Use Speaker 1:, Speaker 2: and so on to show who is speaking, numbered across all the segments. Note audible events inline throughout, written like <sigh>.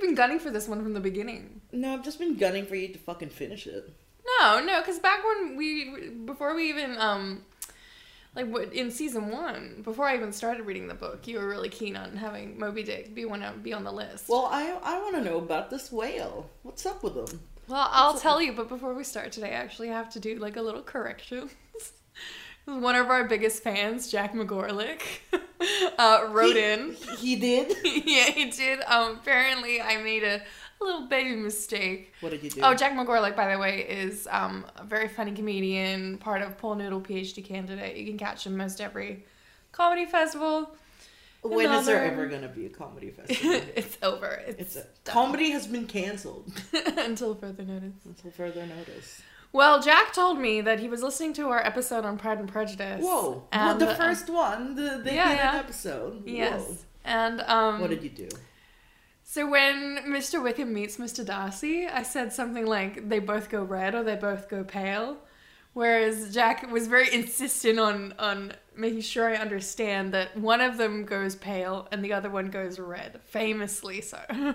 Speaker 1: been gunning for this one from the beginning.
Speaker 2: No, I've just been gunning for you to fucking finish it.
Speaker 1: No, no, because back when we before we even um like what in season one before I even started reading the book, you were really keen on having Moby Dick be one of, be on the list. Well,
Speaker 2: Well, I I want to know about this whale. What's up with him?
Speaker 1: I'll tell you, but before we start today, I actually have to do like a little correction. <laughs> one of our biggest fans, Jack McGorlick, <laughs> uh, wrote in. <laughs>
Speaker 2: He did.
Speaker 1: yeah, he did. Um, apparently, I made a, a little baby mistake.
Speaker 2: What did you do?
Speaker 1: Oh, Jack McGorlick, by the way, is um, a very funny comedian, part of Paul Noodle PhD candidate. You can catch him most every comedy festival. <laughs>
Speaker 2: When is there
Speaker 1: another-
Speaker 2: ever gonna be a comedy
Speaker 1: <laughs>
Speaker 2: festival?
Speaker 1: it's over. It's,
Speaker 2: it's a, comedy has been canceled
Speaker 1: <laughs> until further notice.
Speaker 2: until further notice.
Speaker 1: Well, Jack told me that he was listening to our episode on Pride and Prejudice.
Speaker 2: Whoa! Well,
Speaker 1: and,
Speaker 2: the
Speaker 1: uh,
Speaker 2: first one, the they
Speaker 1: yeah,
Speaker 2: did an
Speaker 1: yeah.
Speaker 2: episode.
Speaker 1: yes.
Speaker 2: Whoa.
Speaker 1: And um,
Speaker 2: What did you do?
Speaker 1: So when Mr. Wickham meets Mr. Darcy, I said something like they both go red or they both go pale, whereas Jack was very insistent on on making sure I understand that one of them goes pale and the other one goes red, famously so. <laughs>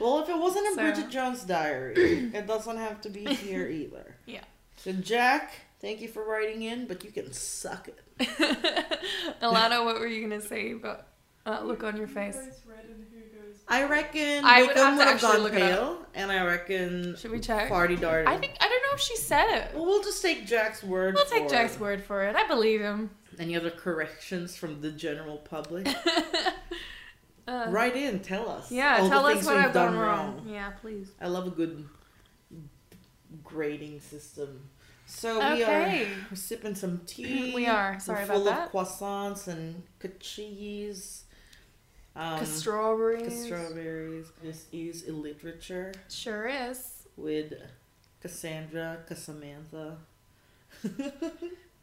Speaker 2: Well, if it wasn't in
Speaker 1: So-
Speaker 2: Bridget Jones'
Speaker 1: <clears throat>
Speaker 2: Diary, it doesn't have to be here either.
Speaker 1: Yeah.
Speaker 2: So Jack, thank you for writing in, but you can suck it.
Speaker 1: Alana, what were you gonna say about uh, look on your face?
Speaker 3: Who goes red and who goes
Speaker 2: I reckon
Speaker 1: I
Speaker 2: I
Speaker 1: would have to
Speaker 2: Wickham would have
Speaker 1: actually
Speaker 2: gone
Speaker 1: look it up.
Speaker 2: pale, and I reckon
Speaker 1: Should we check?
Speaker 2: Farty Dart.
Speaker 1: I think I don't know if she said it.
Speaker 2: Well, we'll just take Jack's word.
Speaker 1: We'll take
Speaker 2: for
Speaker 1: Jack's
Speaker 2: it.
Speaker 1: word for it. I believe him.
Speaker 2: Any other corrections from the general
Speaker 1: <laughs>
Speaker 2: public?
Speaker 1: Uh,
Speaker 2: Write in, tell us.
Speaker 1: Yeah,
Speaker 2: all the
Speaker 1: tell us
Speaker 2: things
Speaker 1: what
Speaker 2: we've
Speaker 1: I've done wrong. Yeah, please.
Speaker 2: I love a good grading system. So we are
Speaker 1: Okay.
Speaker 2: we're sipping some
Speaker 1: <clears throat>
Speaker 2: tea.
Speaker 1: We are.
Speaker 2: We're
Speaker 1: Sorry about
Speaker 2: full
Speaker 1: that.
Speaker 2: of croissants and ca- cheese. Um,
Speaker 1: Cause strawberries.
Speaker 2: ca- strawberries. This is a literature
Speaker 1: Sure is.
Speaker 2: with Cassandra, Cassamantha,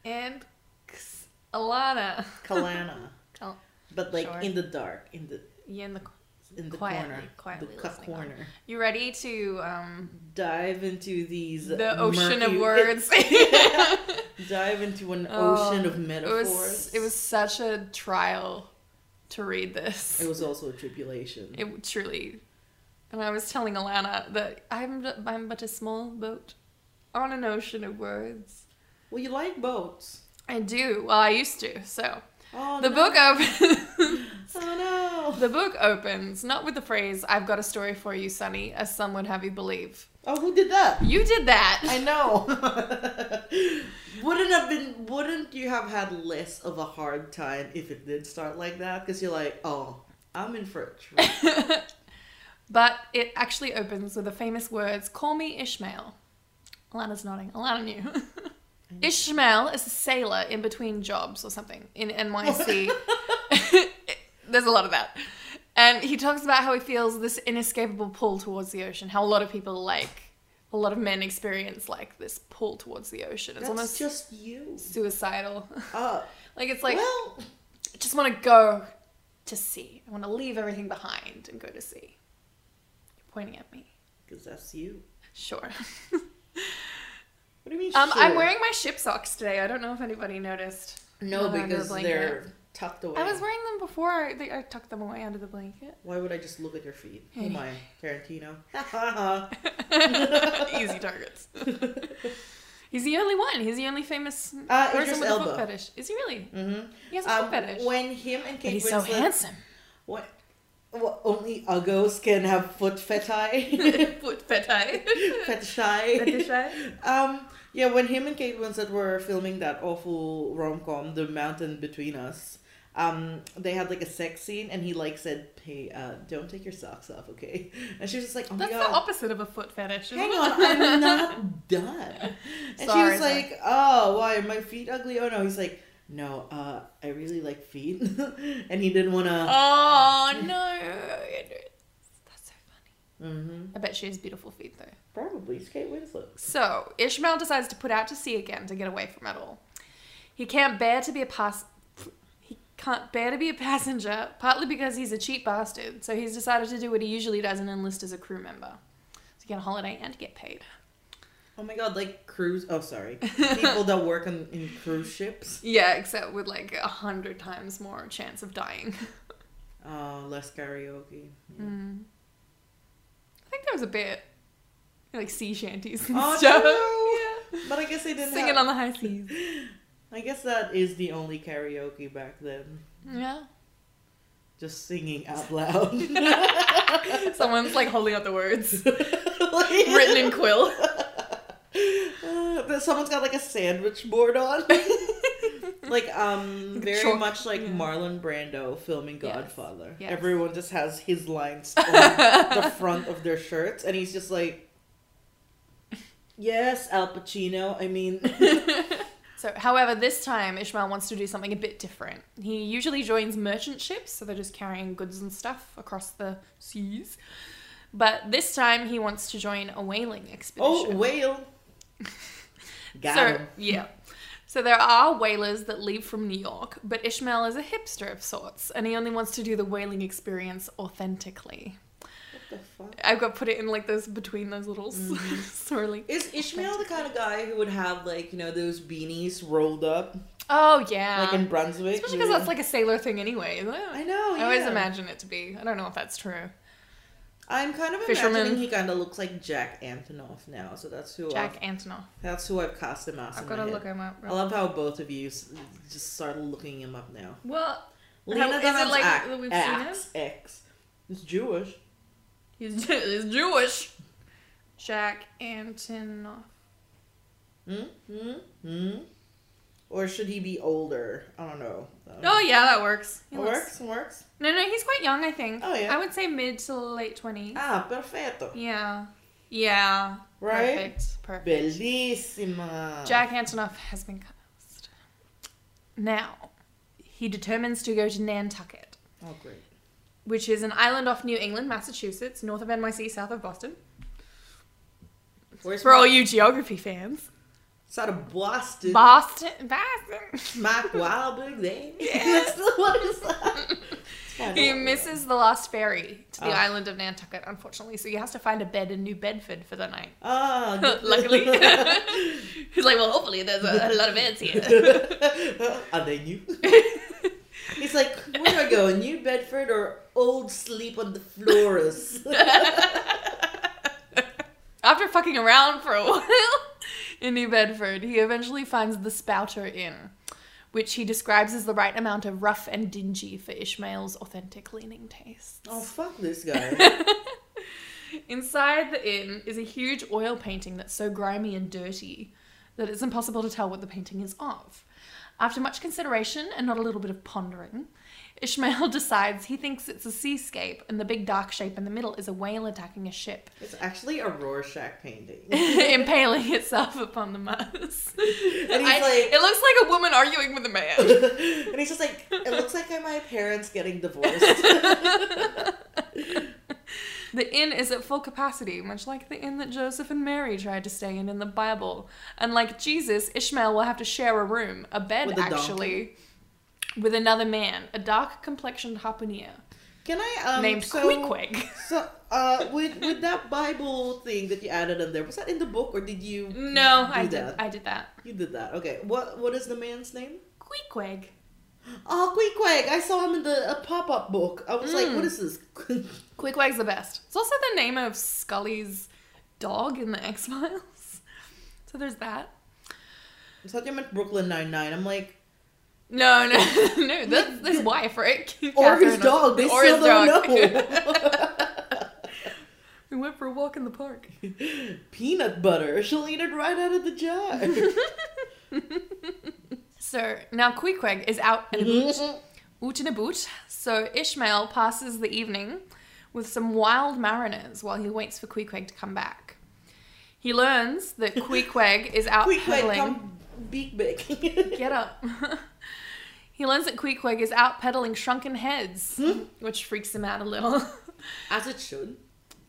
Speaker 1: And X- Alana.
Speaker 2: <laughs> Kalana.
Speaker 1: Kal-
Speaker 2: but like
Speaker 1: Sure.
Speaker 2: in the dark, in the
Speaker 1: You in the
Speaker 2: in the
Speaker 1: Quietly-
Speaker 2: corner,
Speaker 1: quietly
Speaker 2: the ca-
Speaker 1: listening on.
Speaker 2: corner.
Speaker 1: you ready to um
Speaker 2: Dive into these
Speaker 1: the ocean
Speaker 2: murky-
Speaker 1: of words? <laughs>
Speaker 2: Dive into an
Speaker 1: Oh,
Speaker 2: ocean of
Speaker 1: it
Speaker 2: metaphors.
Speaker 1: was it was such a trial to read this.
Speaker 2: It was also a tribulation.
Speaker 1: It truly. And I was telling Alana that I'm ju- I'm but a small boat on an ocean of words.
Speaker 2: Well, you like boats.
Speaker 1: I do. Well, I used to. So
Speaker 2: Oh,
Speaker 1: the
Speaker 2: no.
Speaker 1: book opens. <laughs>
Speaker 2: Oh no.
Speaker 1: the book opens not with the phrase "I've got a story for you, Sonny," as some would have you believe.
Speaker 2: Oh, who did that?
Speaker 1: You did that.
Speaker 2: I know. wouldn't have been. Wouldn't you have had less of a hard time if it did start like that? Because you're like, oh, I'm in for a treat.
Speaker 1: But it actually opens with the famous words Call me Ishmael. Alana's nodding. Alana knew.
Speaker 2: <laughs>
Speaker 1: Ishmael is a sailor in between jobs or something in
Speaker 2: <laughs>
Speaker 1: NYC. <laughs> There's a lot of that. And he talks about how he feels this inescapable pull towards the ocean, how a lot of people like, a lot of men experience like this pull towards the ocean. It's
Speaker 2: That's
Speaker 1: almost
Speaker 2: just you.
Speaker 1: suicidal. <laughs>
Speaker 2: Uh,
Speaker 1: like, it's like,
Speaker 2: well,
Speaker 1: I just want to go to sea. I want to leave everything behind and go to sea. You're pointing at me.
Speaker 2: because that's you. <laughs>
Speaker 1: Sure.
Speaker 2: What do you mean?
Speaker 1: Um, I'm
Speaker 2: sure?
Speaker 1: wearing my ship socks today. I don't know if anybody noticed.
Speaker 2: No,
Speaker 1: Not under
Speaker 2: because
Speaker 1: the blanket.
Speaker 2: they're tucked away.
Speaker 1: I was wearing them before. I, they, I tucked them away under the
Speaker 2: <laughs>
Speaker 1: blanket.
Speaker 2: Why would I just look at your feet? Oh
Speaker 1: Hey.
Speaker 2: my, Tarantino. <laughs> Ha ha ha.
Speaker 1: Easy targets. He's the only one. He's the only famous
Speaker 2: Uh,
Speaker 1: person
Speaker 2: Idris
Speaker 1: with a foot
Speaker 2: Elba.
Speaker 1: fetish. Is he really?
Speaker 2: Mm-hmm.
Speaker 1: He has a foot fetish.
Speaker 2: Um, when him and
Speaker 1: but
Speaker 2: Kate
Speaker 1: he's
Speaker 2: Winslet.
Speaker 1: so
Speaker 2: <laughs>
Speaker 1: handsome. <laughs>
Speaker 2: What? What? Only uggos can have foot fetish.
Speaker 1: <laughs> foot fetish.
Speaker 2: <laughs> fetish. <laughs>
Speaker 1: Fetish.
Speaker 2: um. Yeah. When him and Kate Winslet were filming that awful rom com, The Mountain Between Us, um, they had like a sex scene, and he like said, "Hey, uh, don't take your socks off, okay?" And she was just like, "Oh my
Speaker 1: That's
Speaker 2: god."
Speaker 1: the opposite of a foot fetish. isn't
Speaker 2: Hang
Speaker 1: it? <laughs>
Speaker 2: on, I'm not done. And she
Speaker 1: Sorry,
Speaker 2: was
Speaker 1: sorry.
Speaker 2: like, Oh, why are my feet ugly? Oh no. He's like, No, uh, I really like feet. <laughs> and he didn't wanna
Speaker 1: Oh no. That's so funny.
Speaker 2: hmm
Speaker 1: I bet she has beautiful feet though.
Speaker 2: Probably it's Kate Winslet.
Speaker 1: So, Ishmael decides to put out to sea again to get away from it all. He can't bear to be a pass he can't bear to be a passenger, partly because he's a cheap bastard, so he's decided to do what he usually does and enlist as a crew member. To get a holiday and get paid.
Speaker 2: Oh my god, like cruise
Speaker 1: <laughs>
Speaker 2: oh sorry. People that work on in cruise ships.
Speaker 1: Yeah, except with like a hundred <laughs> times more chance of dying.
Speaker 2: Uh less karaoke. Yeah.
Speaker 1: Mm. was a bit like sea shanties and
Speaker 2: Oh,
Speaker 1: stuff.
Speaker 2: true.
Speaker 1: Yeah.
Speaker 2: But I guess they didn't
Speaker 1: <laughs> Singing
Speaker 2: have-
Speaker 1: on the high seas.
Speaker 2: I guess that is the only karaoke back then.
Speaker 1: Yeah.
Speaker 2: Just singing out loud.
Speaker 1: <laughs>
Speaker 2: <laughs>
Speaker 1: Someone's like holding up the <laughs> words <laughs>
Speaker 2: Like-
Speaker 1: written in quill.
Speaker 2: Uh, but someone's got like a sandwich board on. <laughs> like um
Speaker 1: Like a
Speaker 2: very
Speaker 1: chalk,
Speaker 2: much like
Speaker 1: yeah.
Speaker 2: Marlon Brando filming
Speaker 1: Yes,
Speaker 2: Godfather.
Speaker 1: yes.
Speaker 2: Everyone just has
Speaker 1: <laughs>
Speaker 2: his lines on the front of their shirts and he's just like Yes, Al Pacino.
Speaker 1: <laughs>
Speaker 2: I mean
Speaker 1: <laughs> So, however, this time Ishmael wants to do something a bit different. He usually joins merchant ships, so they're just carrying goods and stuff across the seas. But this time he wants to join a whaling
Speaker 2: Oh
Speaker 1: expedition. <laughs>
Speaker 2: whale. Got
Speaker 1: so,
Speaker 2: him.
Speaker 1: yeah. So there are whalers that leave from New York, but Ishmael is a hipster of sorts, and he only wants to do the whaling experience authentically.
Speaker 2: What the fuck?
Speaker 1: I've got put it in like those between those little
Speaker 2: Mm-hmm.
Speaker 1: <laughs> swirly.
Speaker 2: Is Ishmael the kind of guy who would have like, you know, those beanies rolled up
Speaker 1: Oh yeah,
Speaker 2: like in Brunswick?
Speaker 1: especially because that's like a sailor thing anyway, isn't it?
Speaker 2: I know,
Speaker 1: I always
Speaker 2: Oh, yeah.
Speaker 1: imagine it to be. I don't know if that's true.
Speaker 2: I'm kind of
Speaker 1: Fisherman.
Speaker 2: imagining he kind of looks like Jack Antonoff now, so that's who I've
Speaker 1: Jack Antonoff.
Speaker 2: That's who I've cast him as.
Speaker 1: I've
Speaker 2: in
Speaker 1: got
Speaker 2: my
Speaker 1: to
Speaker 2: head.
Speaker 1: look him up.
Speaker 2: I love how both of you s- just started looking him up now.
Speaker 1: Well,
Speaker 2: Lena
Speaker 1: is it
Speaker 2: Dunham's
Speaker 1: like
Speaker 2: act-
Speaker 1: that we've seen him?
Speaker 2: ex, ex. He's Jewish.
Speaker 1: he's, he's Jewish. Jack Antonoff.
Speaker 2: Hmm? Hmm? Hmm? Or should he be older? I don't know. Um,
Speaker 1: Oh yeah, that works. He
Speaker 2: it
Speaker 1: looks-
Speaker 2: works. It works.
Speaker 1: No, no, he's quite young. I think.
Speaker 2: Oh, yeah.
Speaker 1: I would say mid to late twenties.
Speaker 2: Ah, perfetto.
Speaker 1: Yeah. Yeah.
Speaker 2: Right?
Speaker 1: Perfect. Perfect.
Speaker 2: Bellissima.
Speaker 1: Jack Antonoff has been cast. Now, he determines to go to Nantucket,
Speaker 2: Oh, great.
Speaker 1: which is an island off New England, Massachusetts, north of NYC, south of Boston.
Speaker 2: Where's
Speaker 1: For all
Speaker 2: my-
Speaker 1: you geography fans,
Speaker 2: It's out of Boston.
Speaker 1: Boston, Boston.
Speaker 2: Mark Wahlberg
Speaker 1: <laughs>
Speaker 2: <laughs> there. Yes. what is that? It's fine,
Speaker 1: He
Speaker 2: whatever.
Speaker 1: misses the last ferry to the
Speaker 2: Oh.
Speaker 1: island of Nantucket, unfortunately, so he has to find a bed in New Bedford for the night. <laughs>
Speaker 2: Ah, good-
Speaker 1: Luckily, he's like, well, hopefully there's a, a lot of beds
Speaker 2: <laughs>
Speaker 1: here.
Speaker 2: <laughs> Are they new? It's like, where do I go? New Bedford or old sleep on
Speaker 1: <laughs>
Speaker 2: the floors?
Speaker 1: After fucking around for a while <laughs> in New Bedford, he eventually finds the Spouter Inn, which he describes as the right amount of rough and dingy for Ishmael's authentic leaning tastes.
Speaker 2: oh, fuck this
Speaker 1: <laughs>
Speaker 2: guy.
Speaker 1: Inside the inn is a huge oil painting that's so grimy and dirty that it's impossible to tell what the painting is of. After much consideration and not a little bit of pondering, Ishmael <laughs> decides he thinks it's a seascape and the big dark shape in the middle is a whale attacking a ship. <laughs>
Speaker 2: It's actually a Rorschach painting.
Speaker 1: impaling itself upon the mass.
Speaker 2: And he's
Speaker 1: I-
Speaker 2: like-
Speaker 1: it looks like a woman arguing with a man.
Speaker 2: and he's just like, it looks like my parents getting divorced.
Speaker 1: <laughs> The inn is at full capacity, much like the inn that Joseph and Mary tried to stay in in the Bible. And like Jesus, Ishmael will have to share a room, a bed
Speaker 2: With a donkey.
Speaker 1: actually, with another man, a dark complexioned harpooner
Speaker 2: Can I, um,
Speaker 1: named
Speaker 2: so,
Speaker 1: Queequeg.
Speaker 2: <laughs> So, uh, with, with that Bible thing that you added on there, was that in the book or did you?
Speaker 1: No,
Speaker 2: do
Speaker 1: I did.
Speaker 2: that?
Speaker 1: I did that.
Speaker 2: You did that. Okay. What, what is the man's name?
Speaker 1: Queequeg.
Speaker 2: Oh, Queequeg! I saw him in the uh, pop-up book. I was like,
Speaker 1: Mm.
Speaker 2: what is this? <laughs>
Speaker 1: Queequeg's the best. It's also the name of Scully's dog in the X Files. So there's that.
Speaker 2: I thought you meant Brooklyn Nine-Nine. I'm like,
Speaker 1: No, no, <laughs> no. That's his wife, right? <laughs>
Speaker 2: or his
Speaker 1: Catherine
Speaker 2: dog. They still don't
Speaker 1: <laughs> we went for a walk in the park.
Speaker 2: know. <laughs> Peanut butter. She'll eat it right out of the
Speaker 1: <laughs>
Speaker 2: jar.
Speaker 1: So now Queequeg is out and about, out and about. So Ishmael passes the evening with some wild mariners while he waits for Queequeg to come back. He learns
Speaker 2: <laughs>
Speaker 1: that Queequeg is out
Speaker 2: Queequeg,
Speaker 1: peddling.
Speaker 2: come big, big.
Speaker 1: Get up. <laughs> he learns that Queequeg is out peddling shrunken heads,
Speaker 2: Hmm?
Speaker 1: which freaks him out a little.
Speaker 2: <laughs>
Speaker 1: <laughs>
Speaker 2: As it should.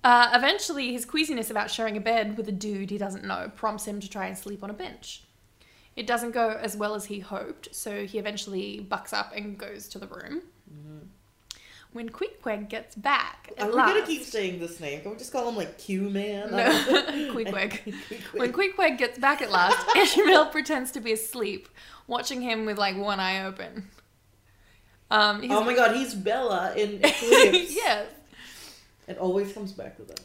Speaker 1: Uh, eventually, his queasiness about sharing a bed with a dude he doesn't know prompts him to try and sleep on a bench. It doesn't go as well as he hoped, so he eventually bucks up and goes to the room. When Queequeg gets back,
Speaker 2: Mm-hmm. Are
Speaker 1: at
Speaker 2: we
Speaker 1: last,
Speaker 2: gonna keep saying this name? Can we just call him like Q-Man?
Speaker 1: no, <laughs>
Speaker 2: <laughs>
Speaker 1: Queequeg. When
Speaker 2: Queequeg.
Speaker 1: Queequeg gets back
Speaker 2: <laughs>
Speaker 1: at last, Ishmael pretends to be asleep, watching him with like one eye open. Um, he's,
Speaker 2: Oh
Speaker 1: <laughs>
Speaker 2: my god, he's Bella in Eclipse.
Speaker 1: yes.
Speaker 2: It always comes back to that.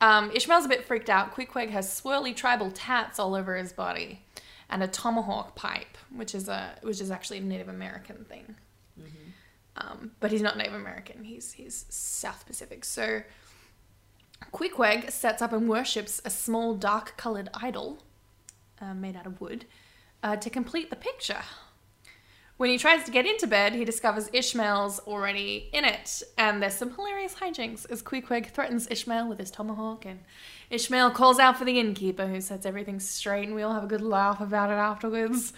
Speaker 1: Um, Ishmael's a bit freaked out. Queequeg has swirly tribal tats all over his body, and a tomahawk pipe, which is a which is actually a Native American thing. Um, but he's not Native American. He's he's South Pacific. So Queequeg sets up and worships a small dark colored idol uh, made out of wood uh, to complete the picture. When he tries to get into bed, he discovers Ishmael's already in it, and there's some hilarious hijinks as Queequeg threatens Ishmael with his tomahawk, and Ishmael calls out for the innkeeper, who sets everything straight, and we all have a good laugh about it afterwards.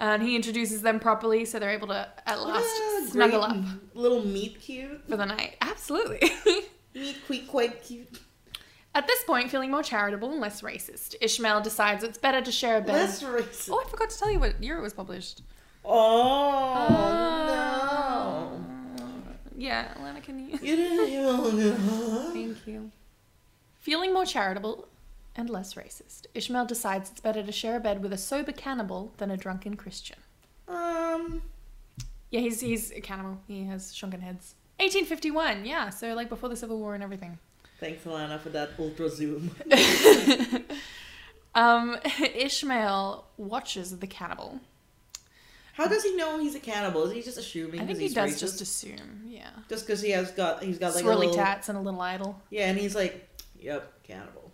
Speaker 1: And he introduces them properly, so they're able to at last
Speaker 2: Ah,
Speaker 1: snuggle
Speaker 2: great
Speaker 1: up
Speaker 2: Little meat cute.
Speaker 1: for the night. Absolutely. <laughs>
Speaker 2: Meat quick quite <laughs> cute.
Speaker 1: At this point, feeling more charitable and less racist, Ishmael decides it's better to share a bed.
Speaker 2: Less racist.
Speaker 1: Oh, I forgot to tell you what year it was published.
Speaker 2: Oh,
Speaker 1: Ah. Yeah, Alana, can you?
Speaker 2: no. You didn't even know.
Speaker 1: Thank you. Feeling more charitable and less racist, Ishmael decides it's better to share a bed with a sober cannibal than a drunken Christian.
Speaker 2: Um,
Speaker 1: Yeah, he's he's a cannibal. He has shrunken heads. 1851, yeah, so like before the Civil War and everything.
Speaker 2: thanks, Alana, for that ultra zoom. <laughs>
Speaker 1: Um, <laughs> Ishmael watches the cannibal.
Speaker 2: How does he know he's a cannibal? Is he just assuming?
Speaker 1: I
Speaker 2: 'cause
Speaker 1: think he
Speaker 2: he's
Speaker 1: does
Speaker 2: racist?
Speaker 1: just assume, yeah.
Speaker 2: just because he has got he's got like a
Speaker 1: Swirly
Speaker 2: little,
Speaker 1: tats and a little idol.
Speaker 2: Yeah, and he's like, yep, cannibal.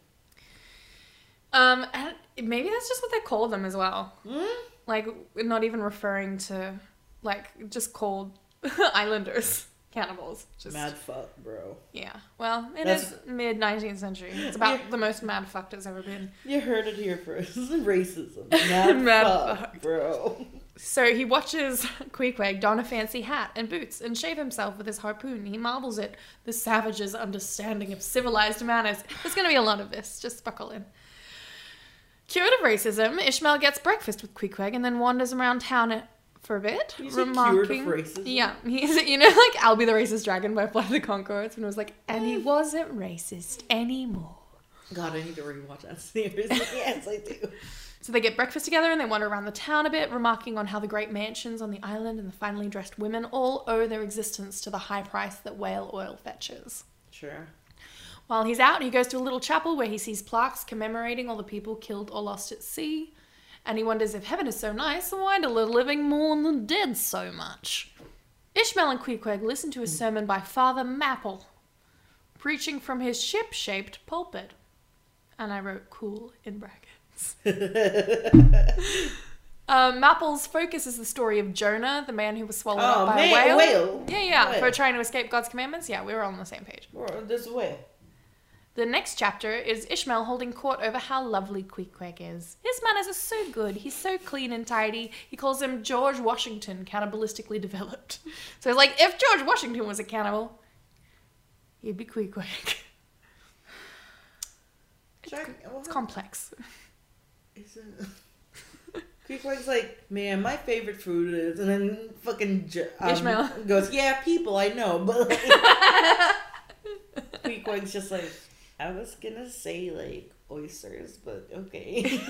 Speaker 1: Um, and maybe that's just what they call them as well.
Speaker 2: Hmm?
Speaker 1: Like, not even referring to, like, just called <laughs> islanders, cannibals. Just
Speaker 2: Mad fuck, bro.
Speaker 1: yeah. Well, it
Speaker 2: That's-
Speaker 1: is mid nineteenth century. It's about
Speaker 2: Yeah.
Speaker 1: the most mad fucked it's ever been.
Speaker 2: You heard it here first. This is
Speaker 1: <laughs>
Speaker 2: racism. Mad,
Speaker 1: Mad
Speaker 2: fuck, bro.
Speaker 1: So he watches <laughs> Queequeg don a fancy hat and boots and shave himself with his harpoon. He marvels at the savage's understanding of civilized manners. There's going to be a lot of this. Just buckle in. Cured of racism, Ishmael gets breakfast with Queequeg and then wanders around town for a bit,
Speaker 2: You say cured of
Speaker 1: remarking.
Speaker 2: racism?
Speaker 1: Yeah, he's you know like I'll be the racist dragon by Flight of the Concords when it was like, and he wasn't racist anymore.
Speaker 2: God, I need to rewatch that <laughs> series. yes, I do.
Speaker 1: So they get breakfast together and they wander around the town a bit, remarking on how the great mansions on the island and the finely dressed women all owe their existence to the high price that whale oil fetches.
Speaker 2: Sure.
Speaker 1: While he's out, he goes to a little chapel where he sees plaques commemorating all the people killed or lost at sea, and he wonders if heaven is so nice, then why do the living mourn the dead so much? Ishmael and Queequeg listen to a sermon by Father Mapple, preaching from his ship shaped pulpit. And I wrote cool in
Speaker 2: <laughs>
Speaker 1: brackets. um, Mapple's focus is the story of Jonah, the man who was swallowed
Speaker 2: Oh,
Speaker 1: up by
Speaker 2: man,
Speaker 1: a whale.
Speaker 2: whale.
Speaker 1: Yeah, yeah,
Speaker 2: Whale.
Speaker 1: for trying to escape God's commandments. Yeah, we were all on the same page.
Speaker 2: Or this way.
Speaker 1: The next chapter is Ishmael holding court over how lovely Queequeg is. His manners are so good. He's so clean and tidy. He calls him George Washington, cannibalistically developed. <laughs> So it's like, if George Washington was a cannibal, he'd be Queequeg. <laughs>
Speaker 2: Check.
Speaker 1: It's complex.
Speaker 2: Queequeg's like, man, my favorite food is, and then fucking J- um,
Speaker 1: Ishmael.
Speaker 2: goes, yeah, people, I know, but like,
Speaker 1: <laughs>
Speaker 2: Queequeg's just like, I was gonna say like oysters, but okay.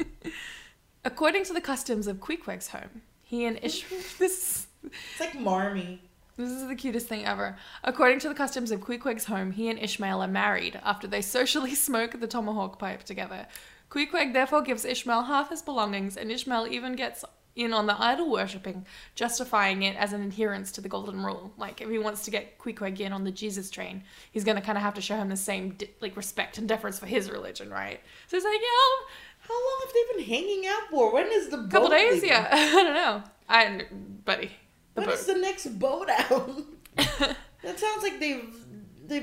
Speaker 2: <laughs>
Speaker 1: According to the customs of Queequeg's home, he and Ishmael. <laughs> This,
Speaker 2: It's like marmy.
Speaker 1: this is the cutest thing ever. According to the customs of Queequeg's home, he and Ishmael are married after they <laughs> socially smoke the tomahawk pipe together. Queequeg therefore gives Ishmael half his belongings, and Ishmael even gets in on the idol worshipping, justifying it as an adherence to the golden rule. Like, if he wants to get Queequeg in on the Jesus train, he's going to kind of have to show him the same di- like respect and deference for his religion, right? So he's like, yeah,
Speaker 2: How long have they been hanging out for? When is the
Speaker 1: a couple
Speaker 2: boat
Speaker 1: days,
Speaker 2: leaving?
Speaker 1: yeah. <laughs> I don't know. I, buddy, the
Speaker 2: When
Speaker 1: boat.
Speaker 2: is the next boat out? <laughs> that sounds like they've they've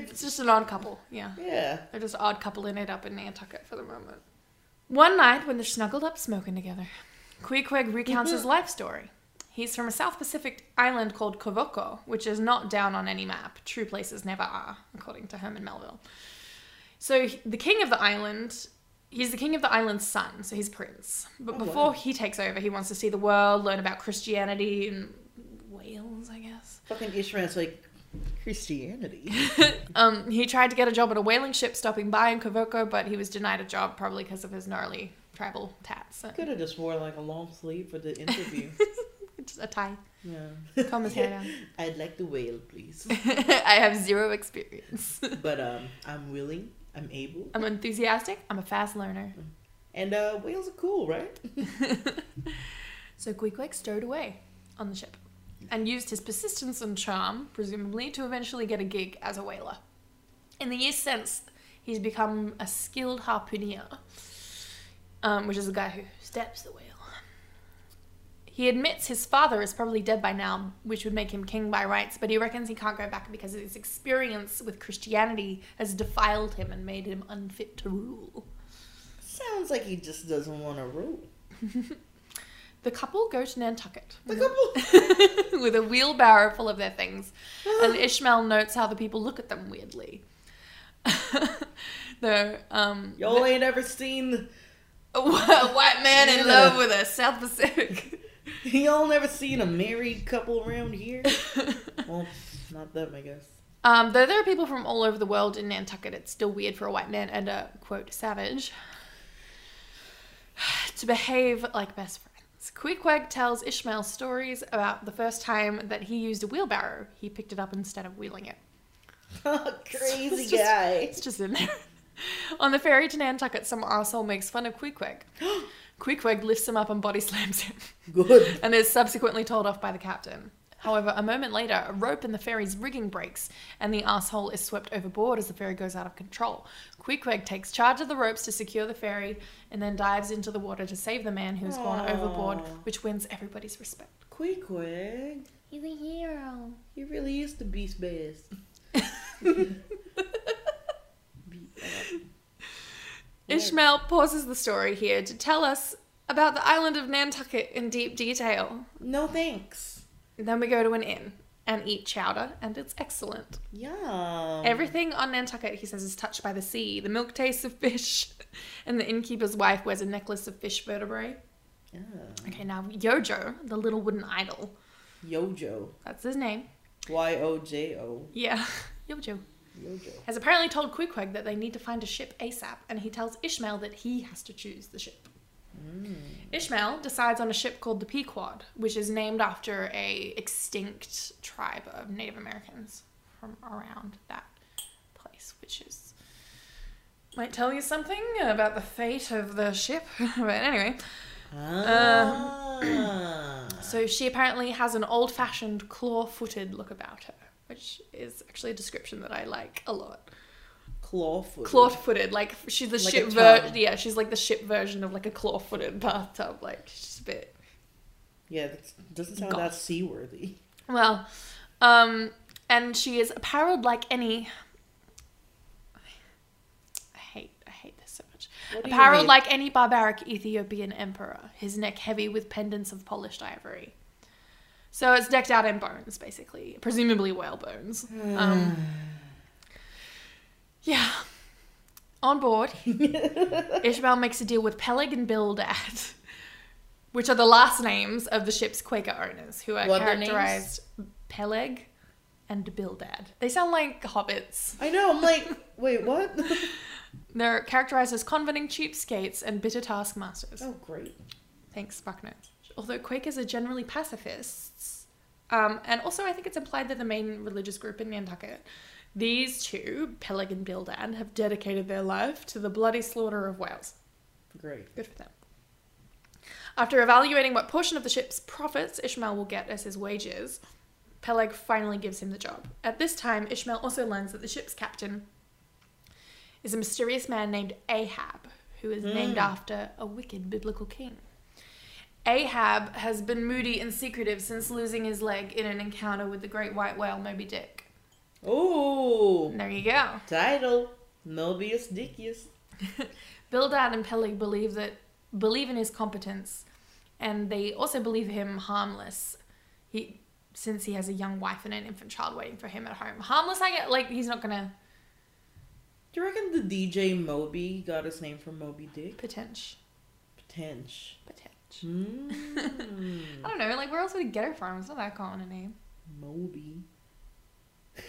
Speaker 1: <laughs> It's just an odd couple, yeah.
Speaker 2: yeah.
Speaker 1: They're just odd couple in it up in Nantucket for the moment. One night when they're snuggled up smoking together, Queequeg
Speaker 2: Mm-hmm.
Speaker 1: recounts his life story. He's from a South Pacific island called Kovoko, which is not down on any map. True places never are, according to Herman Melville. So he- the king of the island, he's the king of the island's son, so he's prince. But
Speaker 2: Oh, wow.
Speaker 1: before he takes over, he wants to see the world, learn about Christianity and Wales, I guess.
Speaker 2: Fucking Ishmael's like <laughs> Christianity.
Speaker 1: Um, he tried to get a job at a whaling ship stopping by in Kovoko, but he was denied a job probably because of his gnarly tribal tats. <laughs>
Speaker 2: Could have just worn like a long sleeve for the interview.
Speaker 1: Just a tie.
Speaker 2: Yeah.
Speaker 1: Comb his hair down.
Speaker 2: I'd like to wail, please.
Speaker 1: <laughs> I have zero experience.
Speaker 2: but um, I'm willing. I'm able.
Speaker 1: I'm enthusiastic. I'm a fast learner.
Speaker 2: And uh, whales are cool, right?
Speaker 1: So Queequeg stowed away on the ship and used his persistence and charm, presumably, to eventually get a gig as a whaler. In the years since, he's become a skilled harpooner, um, which is a guy who stabs the whale. He admits his father is probably dead by now, which would make him king by rights, but he reckons he can't go back because his experience with Christianity has defiled him and made him unfit to rule.
Speaker 2: Sounds like he just doesn't want to rule.
Speaker 1: The couple go to Nantucket.
Speaker 2: The
Speaker 1: <laughs>
Speaker 2: couple.
Speaker 1: with a wheelbarrow full of their things. And Ishmael notes how the people look at them weirdly. <laughs> Though, um,
Speaker 2: <laughs> Y'all ain't ever seen.
Speaker 1: <laughs> a wh- a white man in
Speaker 2: Yeah.
Speaker 1: love with a South Pacific. <laughs>
Speaker 2: Y'all never seen a married couple around here. well, not them, I guess.
Speaker 1: Um, though there are people from all over the world in Nantucket, it's still weird for a white man and a quote savage to behave like best friends. Queequeg tells Ishmael stories about the first time that he used a wheelbarrow. He picked it up instead of wheeling it.
Speaker 2: <laughs> Crazy
Speaker 1: It's just-
Speaker 2: guy.
Speaker 1: <laughs> It's just in there. On the ferry to Nantucket, some arsehole makes fun of Queequeg. Queequeg lifts him up and body slams him, <laughs>
Speaker 2: Good.
Speaker 1: and is subsequently told off by the captain. However, a moment later, a rope in the ferry's rigging breaks, and the arsehole is swept overboard as the ferry goes out of control. Queequeg takes charge of the ropes to secure the ferry, and then dives into the water to save the man who's gone
Speaker 2: Aw.
Speaker 1: overboard, which wins everybody's respect.
Speaker 2: Queequeg.
Speaker 1: He's a hero.
Speaker 2: He really is the beast best. Be- uh, Yeah.
Speaker 1: Ishmael pauses the story here to tell us about the island of Nantucket in deep detail.
Speaker 2: no thanks.
Speaker 1: Then we go to an inn and eat chowder, and it's excellent.
Speaker 2: Yum.
Speaker 1: Everything on Nantucket, he says, is touched by the sea. The milk tastes of fish, <laughs> and the innkeeper's wife wears a necklace of fish vertebrae.
Speaker 2: Yeah.
Speaker 1: Okay, now Yojo, the little wooden idol.
Speaker 2: Yojo.
Speaker 1: That's his name.
Speaker 2: Y O J O.
Speaker 1: Yeah, <laughs> Yojo.
Speaker 2: Yojo.
Speaker 1: Has apparently told Queequeg that they need to find a ship ASAP, and he tells Ishmael that he has to choose the ship. Ishmael decides on a ship called the Pequod, which is named after a extinct tribe of Native Americans from around that place, which is might tell you something about the fate of the ship. <laughs> but anyway,
Speaker 2: Ah.
Speaker 1: Uh, so she apparently has an old-fashioned claw-footed look about her, which is actually a description that I like a lot.
Speaker 2: claw foot.
Speaker 1: claw footed. Like she's the
Speaker 2: Like a
Speaker 1: ship
Speaker 2: tub.
Speaker 1: version. Yeah, she's like the ship version of like a claw footed <laughs> bathtub. Like she's a bit
Speaker 2: Yeah, that doesn't sound
Speaker 1: Goth.
Speaker 2: that seaworthy.
Speaker 1: well, um, and she is apparelled like any. I hate, I hate this so much.
Speaker 2: What do you
Speaker 1: Apparelled
Speaker 2: mean?
Speaker 1: like any barbaric Ethiopian emperor, his neck heavy with pendants of polished ivory. So it's decked out in bones, basically, presumably whale bones.
Speaker 2: Uh,
Speaker 1: Um, yeah. On
Speaker 2: <laughs>
Speaker 1: board, Ishmael makes a deal with Peleg and Bildad, which are the last names of the ship's Quaker owners, who are
Speaker 2: What are their names?
Speaker 1: characterized Peleg and Bildad. They sound like hobbits.
Speaker 2: I know. I'm like, wait, what? <laughs>
Speaker 1: They're characterized as conventing cheapskates and bitter taskmasters.
Speaker 2: oh, great.
Speaker 1: Thanks, Buckner. Although Quakers are generally pacifists, um, and also I think it's implied they're the main religious group in Nantucket. These two, Peleg and Bildad, have dedicated their life to the bloody slaughter of whales.
Speaker 2: Great.
Speaker 1: Good for them. After evaluating what portion of the ship's profits Ishmael will get as his wages, Peleg finally gives him the job. At this time, Ishmael also learns that the ship's captain is a mysterious man named Ahab, who is named after a wicked biblical king. Ahab has been moody and secretive since losing his leg in an encounter with the great white whale Moby Dick.
Speaker 2: Oh,
Speaker 1: There you go.
Speaker 2: title Mobius Dickius.
Speaker 1: Bildad and Peleg believe that believe in his competence, and they also believe him harmless. He since he has a young wife and an infant child waiting for him at home. Harmless, I get like he's not gonna
Speaker 2: Do you reckon the DJ Moby got his name from Moby Dick?
Speaker 1: potential
Speaker 2: Potential.
Speaker 1: potential.
Speaker 2: Mm,
Speaker 1: I don't know, like where else would he get it from? It's not that common a name.
Speaker 2: Moby. <laughs>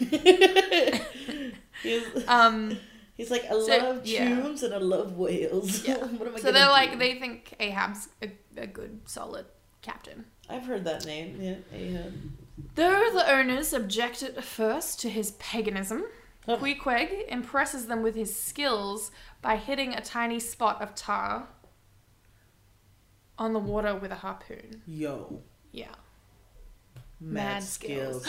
Speaker 2: he's,
Speaker 1: Um,
Speaker 2: he's like, I
Speaker 1: So,
Speaker 2: love
Speaker 1: yeah.
Speaker 2: tunes and I love whales.
Speaker 1: Yeah.
Speaker 2: <laughs> what am I
Speaker 1: so
Speaker 2: gonna
Speaker 1: they're like
Speaker 2: do?
Speaker 1: they think Ahab's a, a good solid captain.
Speaker 2: I've heard that name. Yeah, Ahab.
Speaker 1: Though the owners object at first to his paganism, Queequeg impresses them with his skills by hitting a tiny spot of tar on the water with a harpoon.
Speaker 2: Yo,
Speaker 1: Yeah.
Speaker 2: mad,
Speaker 1: Mad
Speaker 2: skills.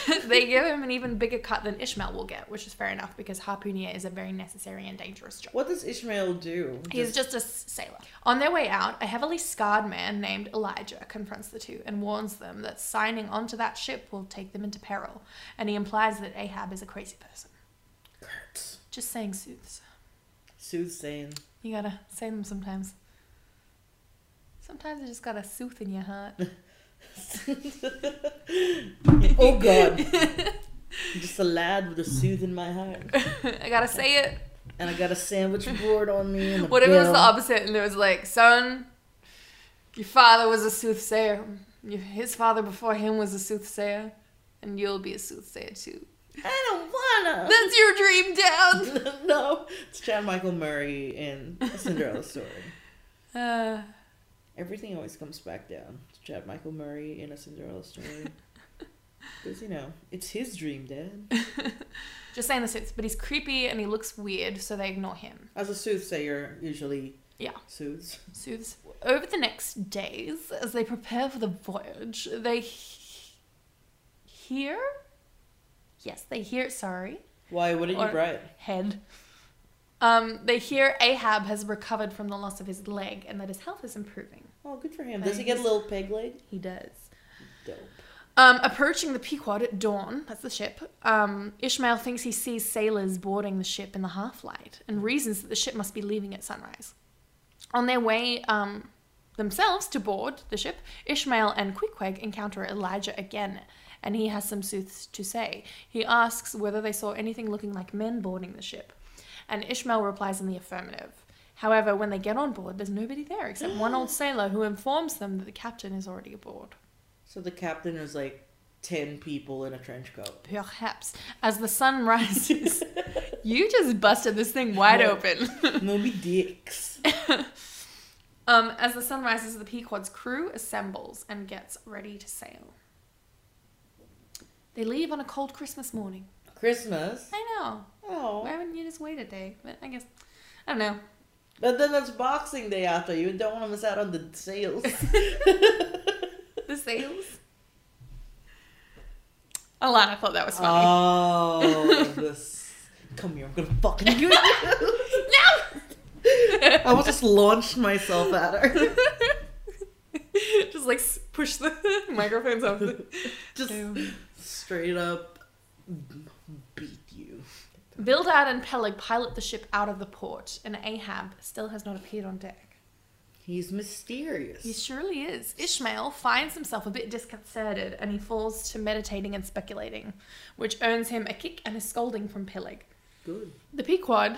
Speaker 1: <laughs> they give him an even bigger cut than Ishmael will get, which is fair enough because harpoonier is a very necessary and dangerous job.
Speaker 2: <gasps> what does Ishmael do?
Speaker 1: He's just a s- sailor. On their way out, a heavily scarred man named Elijah confronts the two and warns them that signing onto that ship will take them into peril, and he implies that Ahab is a crazy person.
Speaker 2: Kurt.
Speaker 1: Just saying sooths. <laughs>
Speaker 2: Soothsaying.
Speaker 1: You gotta say them sometimes. Sometimes you just gotta soothe in your heart.
Speaker 2: <laughs>
Speaker 1: <laughs>
Speaker 2: oh God. just a lad with a sooth in my heart,
Speaker 1: I gotta say it.
Speaker 2: and I got a sandwich board on me. And a
Speaker 1: What if it was the
Speaker 2: bell.
Speaker 1: opposite and it was like, son, your father was a soothsayer. Your- His father before him was a soothsayer, and you'll be a soothsayer too.
Speaker 2: I don't wanna.
Speaker 1: That's your dream,
Speaker 2: <laughs>
Speaker 1: Dad.
Speaker 2: no, it's Chad Michael Murray in
Speaker 1: <laughs>
Speaker 2: Cinderella Story.
Speaker 1: Uh,
Speaker 2: Everything always comes back down. It's Chad Michael Murray in a Cinderella Story. Because, you know, it's his dream, Dad.
Speaker 1: just saying the sooths, but he's creepy and he looks weird, so they ignore him.
Speaker 2: As a soothsayer, usually
Speaker 1: Yeah.
Speaker 2: soothes.
Speaker 1: Soothes. Over the next days, as they prepare for the voyage, they he- hear. Yes, they hear. Sorry,
Speaker 2: Why wouldn't
Speaker 1: Or-
Speaker 2: you write?
Speaker 1: head. Um, they hear Ahab has recovered from the loss of his leg and that his health is improving.
Speaker 2: Oh, good for him. Does he get a little peg leg?
Speaker 1: He does.
Speaker 2: Dope.
Speaker 1: Um, approaching the Pequod at dawn, that's the ship, um, Ishmael thinks he sees sailors boarding the ship in the half light and reasons that the ship must be leaving at sunrise. On their way um, themselves to board the ship, Ishmael and Queequeg encounter Elijah again, and he has some sooths to say. He asks whether they saw anything looking like men boarding the ship, and Ishmael replies in the affirmative. However, when they get on board, there's nobody there except one old sailor who informs them that the captain is already aboard.
Speaker 2: So the captain is like 10 people in a trench coat.
Speaker 1: Perhaps as the sun rises, you just busted this thing wide
Speaker 2: Yeah.
Speaker 1: open.
Speaker 2: Moby Dicks.
Speaker 1: <laughs> Um, as the sun rises, the Pequod's crew assembles and gets ready to sail. They leave on a cold Christmas morning.
Speaker 2: Christmas.
Speaker 1: I know. Why
Speaker 2: Oh.
Speaker 1: wouldn't you just wait a day? But I guess I don't know.
Speaker 2: But then it's Boxing Day after. You don't want to miss out on the
Speaker 1: <laughs>
Speaker 2: sales.
Speaker 1: The sails. Alana thought that was <laughs>
Speaker 2: Uh.
Speaker 1: funny.
Speaker 2: Oh, this. Come here, I'm gonna fucking you. I almost just launched myself at her.
Speaker 1: <laughs> just like s- push the <laughs> microphones off. The-
Speaker 2: Just straight up beat you.
Speaker 1: Bildad and Peleg pilot the ship out of the port, and Ahab still has not appeared on deck.
Speaker 2: He's mysterious.
Speaker 1: He surely is. Ishmael finds himself a bit disconcerted, and he falls to meditating and speculating, which earns him a kick and a scolding from Peleg.
Speaker 2: good.
Speaker 1: The Pequod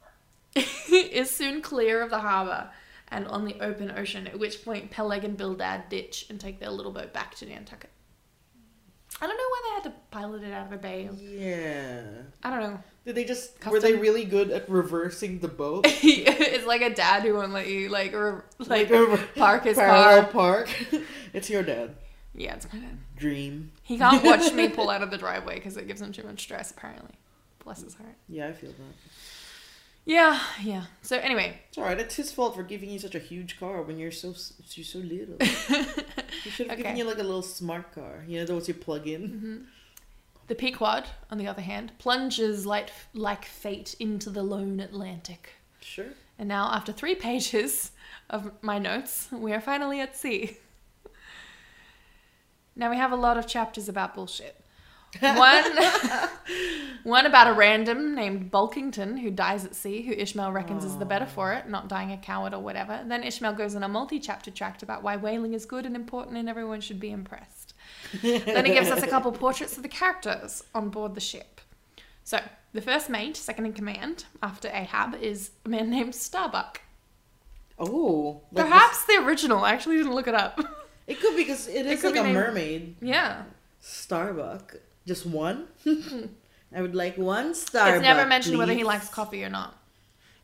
Speaker 1: <laughs> is soon clear of the harbour and on the open ocean, at which point Peleg and Bildad ditch and take their little boat back to Nantucket. I don't know why they had to pilot it out of a bay.
Speaker 2: Yeah.
Speaker 1: I don't know.
Speaker 2: Did they just were they
Speaker 1: Custom.
Speaker 2: really good at reversing the boat?
Speaker 1: <laughs> it's like a dad who won't let you like re- like
Speaker 2: a
Speaker 1: park his
Speaker 2: parallel
Speaker 1: car.
Speaker 2: park. <laughs> it's your dad.
Speaker 1: Yeah, it's my dad.
Speaker 2: Dream.
Speaker 1: He can't watch me pull out of the driveway because it gives him too much stress. Apparently, bless his heart.
Speaker 2: Yeah, I feel that.
Speaker 1: Yeah, yeah. So anyway,
Speaker 2: It's alright. It's his fault for giving you such a huge car when you're so s- you're so
Speaker 1: <laughs>
Speaker 2: little. He should have given
Speaker 1: Okay. Mm-hmm.
Speaker 2: you like a little smart car. You know the ones you plug in.
Speaker 1: the Pequod, on the other hand, plunges like like fate into the lone Atlantic.
Speaker 2: Sure.
Speaker 1: And now, after three <laughs> pages of my notes, we are finally at sea. Now we have a lot of chapters about bullshit. One, one about a random named Bulkington who dies at sea, who Ishmael reckons is the better for it, not dying a coward or whatever. Then Ishmael goes on a multi-chapter tract about why whaling is good and important and everyone should be impressed. then he gives us a couple portraits of the characters on board the ship. So, the first mate, second in command after Ahab, is a man named Starbuck.
Speaker 2: Oh, like this-
Speaker 1: Perhaps the original. I actually didn't look it up. <laughs>
Speaker 2: it could be because it is
Speaker 1: could
Speaker 2: like
Speaker 1: be
Speaker 2: a
Speaker 1: named-
Speaker 2: mermaid.
Speaker 1: yeah.
Speaker 2: Starbuck, just <laughs> one. I would like one Starbuck.
Speaker 1: it's Hmm. never mentioned whether he
Speaker 2: please.
Speaker 1: likes coffee or not.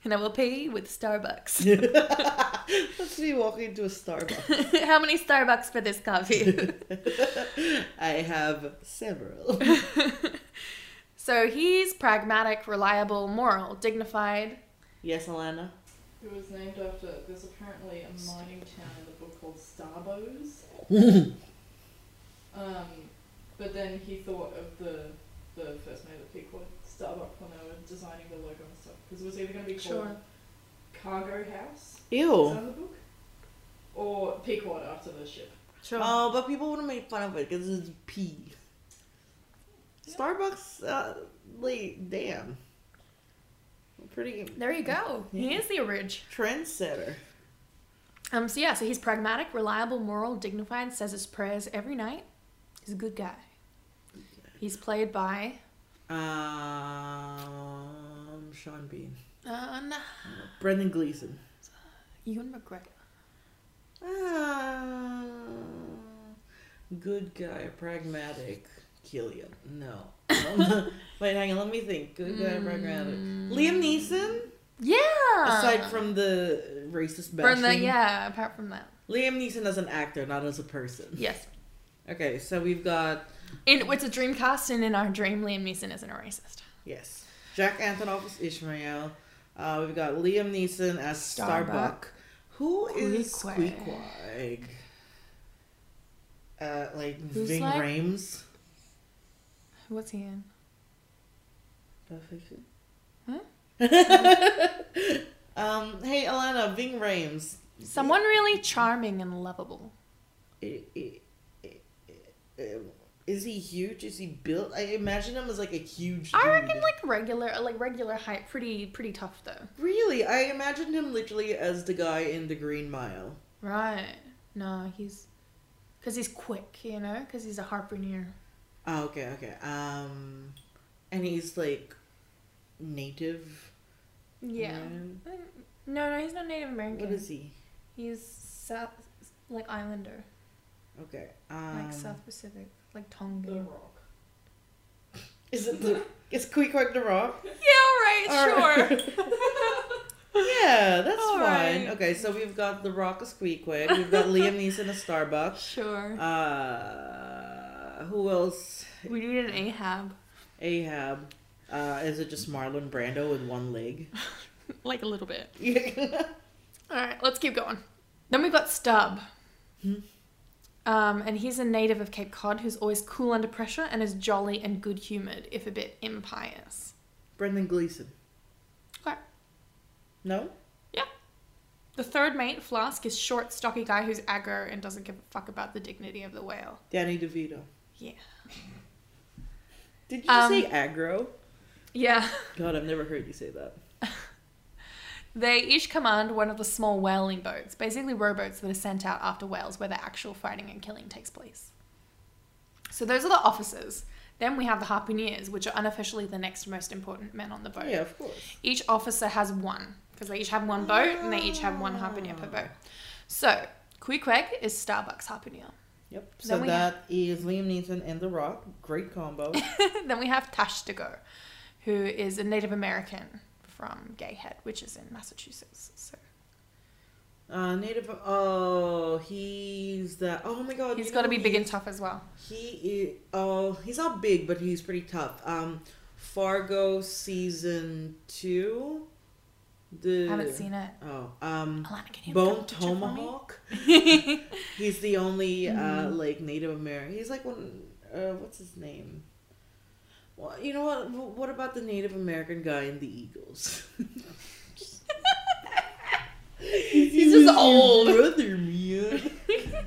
Speaker 1: and I will pay with Starbucks.
Speaker 2: <laughs> Let's be walking to
Speaker 1: <laughs>
Speaker 2: a Starbucks.
Speaker 1: How many Starbucks for this coffee?
Speaker 2: <laughs> I have
Speaker 1: <laughs>
Speaker 2: several.
Speaker 1: so he's pragmatic, reliable, moral, dignified.
Speaker 2: Yes, Alana.
Speaker 3: It was named after. There's apparently a mining town in the book called Starbose. um, but then he thought of the the first name that people called Starbucks when they were designing the logo and stuff because it was either going to be called Cargo House. Is that
Speaker 2: Ew.
Speaker 3: in the book? Or Pequod after the ship.
Speaker 1: Sure.
Speaker 2: Oh, but people would have made fun of it because it's pee. Starbucks, uh, like, damn. Pretty
Speaker 1: there you go. He
Speaker 2: Yeah.
Speaker 1: is the orig.
Speaker 2: trendsetter.
Speaker 1: Um, so yeah, so he's pragmatic, reliable, moral, dignified, says his prayers every night. He's a good guy. He's played by
Speaker 2: Um, Sean Bean.
Speaker 1: uh, no,
Speaker 2: Brendan Gleeson.
Speaker 1: Ewan McGregor.
Speaker 2: Ah, good guy, pragmatic. Killian. No. <laughs> Wait, hang on. Let me think. Good guy, pragmatic. Liam Neeson.
Speaker 1: Yeah.
Speaker 2: Aside from the racist
Speaker 1: Ah.
Speaker 2: bashing.
Speaker 1: from the yeah, apart from that.
Speaker 2: Liam Neeson as an actor, not as a person.
Speaker 1: Yes.
Speaker 2: Okay, so we've got
Speaker 1: In it's a dream cast, and in our dream, Liam Neeson isn't a racist.
Speaker 2: yes, Jack Antonoff as Ishmael. Uh, we've got Liam Neeson as Starbuck.
Speaker 1: Starbuck.
Speaker 2: Who is
Speaker 1: Queequeg.
Speaker 2: Queequeg? Uh, like
Speaker 1: Who's
Speaker 2: Ving
Speaker 1: like-
Speaker 2: Rhames.
Speaker 1: What's he in?
Speaker 2: <laughs> um, hey Alana, Ving Rhames.
Speaker 1: Someone really charming and lovable.
Speaker 2: I- I- I- I- Is he huge? Is he built? I imagine him as like a huge.
Speaker 1: I reckon
Speaker 2: dude.
Speaker 1: like regular, like regular height, pretty pretty tough though.
Speaker 2: Really, I imagined him literally as the guy in the Green Mile.
Speaker 1: Right? No, he's because he's quick, you know, because he's a harpooner.
Speaker 2: Oh, okay, okay. Um, and he's like native.
Speaker 1: Yeah.
Speaker 2: American?
Speaker 1: No, no, he's not Native American.
Speaker 2: What is he?
Speaker 1: He's South, like Islander,
Speaker 2: Okay. Um, Oh.
Speaker 1: like South Pacific, like
Speaker 3: The
Speaker 1: Tongan.
Speaker 3: Rock.
Speaker 2: Is it the? Is Queequeg the Rock?
Speaker 1: Yeah, all
Speaker 2: All right. <laughs> yeah, that's
Speaker 1: All
Speaker 2: fine.
Speaker 1: right.
Speaker 2: Okay, so we've got the Rock as Queequeg. We've got Liam Neeson as <laughs> Starbucks.
Speaker 1: sure.
Speaker 2: Uh, who else?
Speaker 1: We need an Ahab,
Speaker 2: Ahab. Uh, is it just Marlon Brando with one leg?
Speaker 1: <laughs>
Speaker 2: <laughs>
Speaker 1: like a little bit. All right, let's keep going. Then we've got Stubb.
Speaker 2: Hmm.
Speaker 1: Um, and he's a native of Cape Cod who's always cool under pressure and is jolly and good humored, if a bit impious.
Speaker 2: Brendan Gleeson.
Speaker 1: Okay.
Speaker 2: No?
Speaker 1: The third mate, Flask, is short, stocky guy who's aggro and doesn't give a fuck about the dignity of the whale.
Speaker 2: Danny DeVito.
Speaker 1: Yeah.
Speaker 2: Did you
Speaker 1: Um,
Speaker 2: say aggro?
Speaker 1: <laughs> Yeah.
Speaker 2: God, I've never heard you say that.
Speaker 1: They each command one of the small whaling boats, basically rowboats that are sent out after whales where the actual fighting and killing takes place. So those are the officers. Then we have the harpooneers, which are unofficially the next most important men on the boat.
Speaker 2: Yeah, of course.
Speaker 1: Each officer has one because they each have one boat and they each have one harpooner per boat. So Queequeg is Starbucks harpooner.
Speaker 2: Yep. So
Speaker 1: Then we have-
Speaker 2: that is Liam Neeson and The Rock. Great
Speaker 1: <laughs>
Speaker 2: combo.
Speaker 1: <laughs> then we have Tash to go, who is a Native American from Gay Head, which is in Massachusetts. So
Speaker 2: Uh, Native. Oh, he's the. Oh my God.
Speaker 1: he's
Speaker 2: you
Speaker 1: got to
Speaker 2: know
Speaker 1: be big
Speaker 2: he-
Speaker 1: and tough as well.
Speaker 2: He is. Oh, he's not big, but he's pretty tough. Um, Fargo season two. The
Speaker 1: I haven't seen it.
Speaker 2: Oh, um,
Speaker 1: Alana, can you
Speaker 2: Bone
Speaker 1: look up a picture for me?
Speaker 2: Tomahawk.
Speaker 1: <laughs>
Speaker 2: he's the only uh, like Native American. He's like one. Uh, what's his name? Well, you know what? wh- What about the Native American guy in the <laughs> Eagles?
Speaker 1: He's just old.
Speaker 2: Your brother, man. <laughs>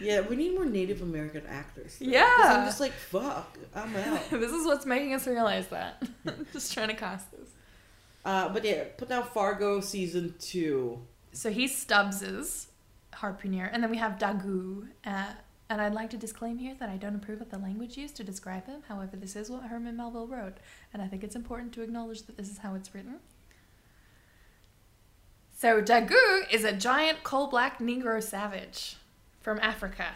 Speaker 2: yeah, we need more Native American actors. though, 'cause
Speaker 1: Yeah.
Speaker 2: I'm just like fuck. I'm <laughs>
Speaker 1: <laughs>
Speaker 2: out.
Speaker 1: this is what's making us realize that. <laughs> Just trying to cast this.
Speaker 2: Uh, but yeah, put down Fargo season two. <laughs>
Speaker 1: So he's Stubbs's harpooner, and then we have Dagu. Uh, and I'd like to disclaim here that I don't approve of the language used to describe him. However, this is what Herman Melville wrote, and I think it's important to acknowledge that this is how it's written. So Dagu is a giant coal black Negro savage from Africa.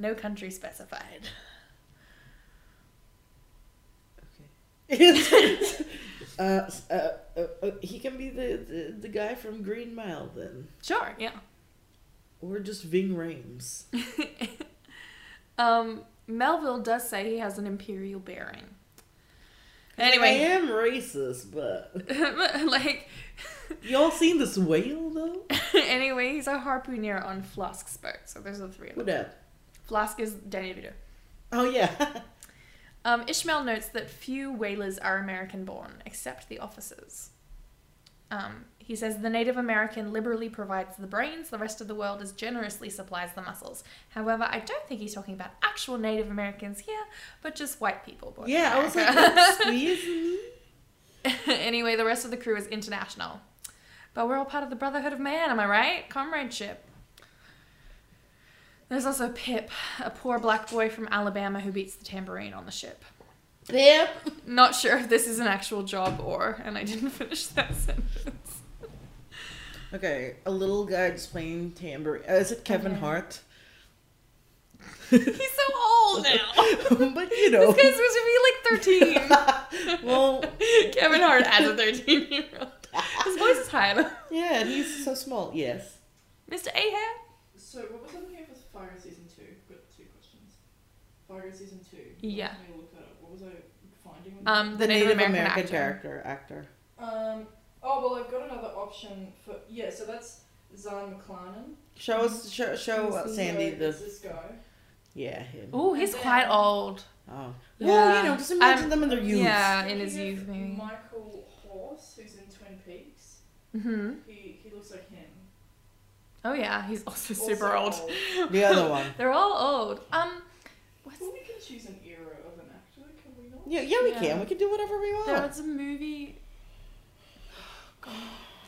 Speaker 1: No country specified.
Speaker 2: Okay. Uh, s- uh, uh, uh, he can be the, the the guy from Green Mile then,
Speaker 1: Sure, yeah.
Speaker 2: or just Ving Rhames.
Speaker 1: Um, Melville does say he has an imperial bearing.
Speaker 2: I
Speaker 1: Anyway,
Speaker 2: am racist, but
Speaker 1: <laughs>
Speaker 2: <laughs>
Speaker 1: like
Speaker 2: y'all seen this whale though?
Speaker 1: anyway, he's a harpooner on Flask's boat. So there's the three of
Speaker 2: Who
Speaker 1: them.
Speaker 2: that?
Speaker 1: Flask is Danny DeVito.
Speaker 2: Oh yeah. <laughs>
Speaker 1: Um, Ishmael notes that few whalers are American born, except the officers. Um, he says the Native American liberally provides the brains, the rest of the world is generously supplies the muscles. However, I don't think he's talking about actual Native Americans here, but just white people. born in
Speaker 2: yeah, I
Speaker 1: <laughs>
Speaker 2: was like,
Speaker 1: America.
Speaker 2: excuse me.
Speaker 1: <laughs> anyway, the rest of the crew is international. But we're all part of the Brotherhood of Man, am I right? Comradeship. There's also Pip, a poor black boy from Alabama who beats the tambourine on the ship.
Speaker 2: Yep.
Speaker 1: Not sure if this is an actual job or, and I didn't <laughs> finish that sentence.
Speaker 2: Okay, a little guy just playing tambourine. Uh, is it Kevin
Speaker 1: Okay.
Speaker 2: Hart?
Speaker 1: He's so old now.
Speaker 2: <laughs> but you
Speaker 1: This
Speaker 2: know,
Speaker 1: guy's supposed to be like 13.
Speaker 2: <laughs> well,
Speaker 1: <laughs> Kevin Hart as a 13 year old. His voice is high <laughs> enough.
Speaker 2: yeah, and he's so small. Yes.
Speaker 1: Mr. Ahab?
Speaker 3: So what was I looking at for Fargo season two? Got two questions. Fargo season two. Let
Speaker 1: Yeah.
Speaker 3: me look that up. What was I finding? on
Speaker 1: Um, the, Native, American, actor.
Speaker 2: character actor.
Speaker 3: that? Um. Oh well, I've got another option for yeah. So that's Zahn McLaren.
Speaker 2: Show us, show, show uh,
Speaker 3: So
Speaker 2: Sandy
Speaker 3: it's
Speaker 2: the
Speaker 3: this guy.
Speaker 2: yeah him.
Speaker 1: Oh, he's quite old.
Speaker 2: Oh,
Speaker 1: Yeah.
Speaker 2: well, you know, just imagine
Speaker 1: I'm-
Speaker 2: them in their youth.
Speaker 1: yeah. Uh,
Speaker 3: Thinking
Speaker 1: in his
Speaker 3: of
Speaker 1: youth, maybe.
Speaker 3: Michael Horse, who's in Twin Peaks.
Speaker 1: hmm
Speaker 3: He he looks like him.
Speaker 1: Oh yeah, he's also
Speaker 3: Also
Speaker 1: super old. <laughs>
Speaker 2: The other one.
Speaker 1: They're all old. Um, what's
Speaker 3: Well, we can choose an era of an actor, can we not?
Speaker 2: Yeah, yeah, we
Speaker 1: Yeah.
Speaker 2: can. We can do whatever we want.
Speaker 1: there was a movie. <sighs> God,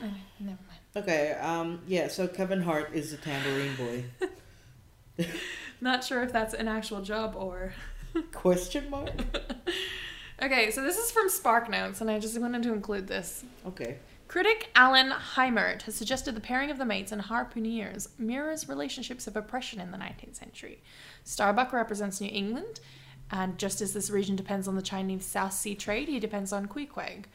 Speaker 1: I know, never mind.
Speaker 2: Okay. Um. Yeah. So Kevin Hart is the tambourine boy.
Speaker 1: <laughs> Not sure if that's an actual job or.
Speaker 2: Question mark.
Speaker 1: Okay, so this is from Spark Notes, and I just wanted to include this.
Speaker 2: Okay.
Speaker 1: Critic Alan Heimert has suggested the pairing of the mates and harpooneers mirrors relationships of oppression in the 19th century. Starbuck represents New England, and just as this region depends on the Chinese South Sea trade, he depends on Queequeg.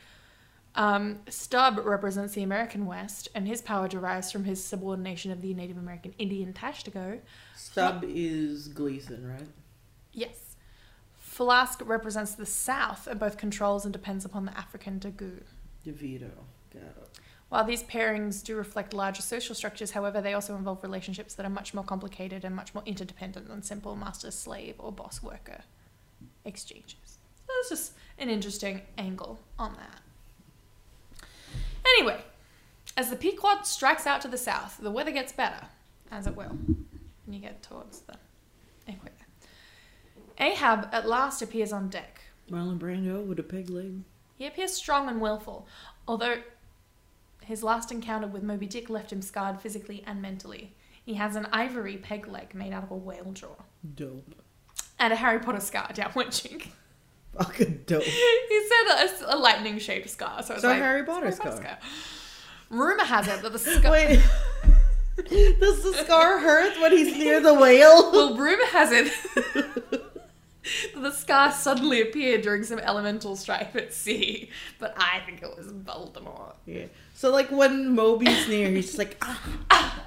Speaker 1: Um, Stubb represents the American West, and his power derives from his subordination of the Native American Indian Tashtego.
Speaker 2: Stub is Gleason, right?
Speaker 1: Yes. Flask represents the South and both controls and depends upon the African Dagu.
Speaker 2: DeVito. Got it.
Speaker 1: While these pairings do reflect larger social structures, however, they also involve relationships that are much more complicated and much more interdependent than simple master slave or boss worker exchanges. So that's just an interesting angle on that. Anyway, as the Pequot strikes out to the south, the weather gets better, as it will, when you get towards the equator. Ahab at last appears on deck.
Speaker 2: Marlon Brando with a peg leg.
Speaker 1: He appears strong and willful, although his last encounter with Moby Dick left him scarred physically and mentally. He has an ivory peg leg made out of a whale jaw
Speaker 2: Dope.
Speaker 1: and a Harry Potter scar down one cheek. <laughs>
Speaker 2: Fucking dope.
Speaker 1: he said a, a lightning shaped scar, so it's
Speaker 2: So
Speaker 1: like
Speaker 2: Harry
Speaker 1: it's a
Speaker 2: Potter scar.
Speaker 1: Rumor has it
Speaker 2: <laughs>
Speaker 1: that the scar.
Speaker 2: Wait. Does the scar hurt when he's near the whale? <laughs>
Speaker 1: Well, rumor has it <laughs> that the scar suddenly appeared during some elemental strife at sea, but I think it was Voldemort.
Speaker 2: Yeah. So like when Moby's near, he's just like, ah,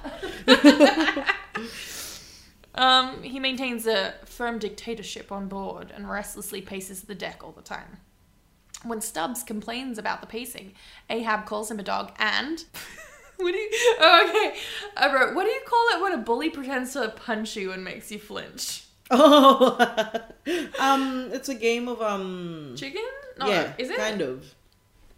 Speaker 1: Um, he maintains a firm dictatorship on board and restlessly paces the deck all the time. When Stubbs complains about the pacing, Ahab calls him a dog and. <laughs> what do you. Oh, okay. I wrote, what do you call it when a bully pretends to punch you and makes you flinch?
Speaker 2: oh. um, it's a game of um.
Speaker 1: Chicken? No,
Speaker 2: yeah.
Speaker 1: is it?
Speaker 2: kind of?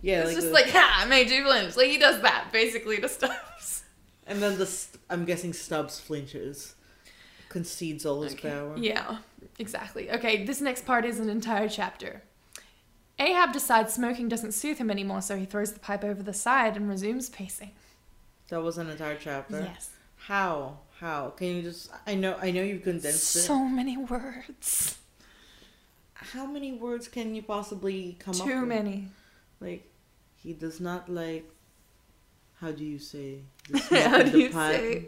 Speaker 2: Yeah.
Speaker 1: it's
Speaker 2: like
Speaker 1: just
Speaker 2: the-
Speaker 1: like, ha, I made you flinch. Like, he does that basically to <laughs> Stubbs.
Speaker 2: And then the st- I'm guessing Stubbs flinches, concedes all his
Speaker 1: Okay.
Speaker 2: power.
Speaker 1: Yeah, exactly. Okay, this next part is an entire chapter. Ahab decides smoking doesn't soothe him anymore, so he throws the pipe over the side and resumes pacing.
Speaker 2: That was an entire chapter.
Speaker 1: Yes.
Speaker 2: How? How? Can you just? I know. I know you've condensed it.
Speaker 1: So many words.
Speaker 2: How many words can you possibly come up?
Speaker 1: Too
Speaker 2: with?
Speaker 1: many.
Speaker 2: Like, he does not like. How do
Speaker 1: <laughs>
Speaker 2: you say?
Speaker 1: How do you
Speaker 2: say?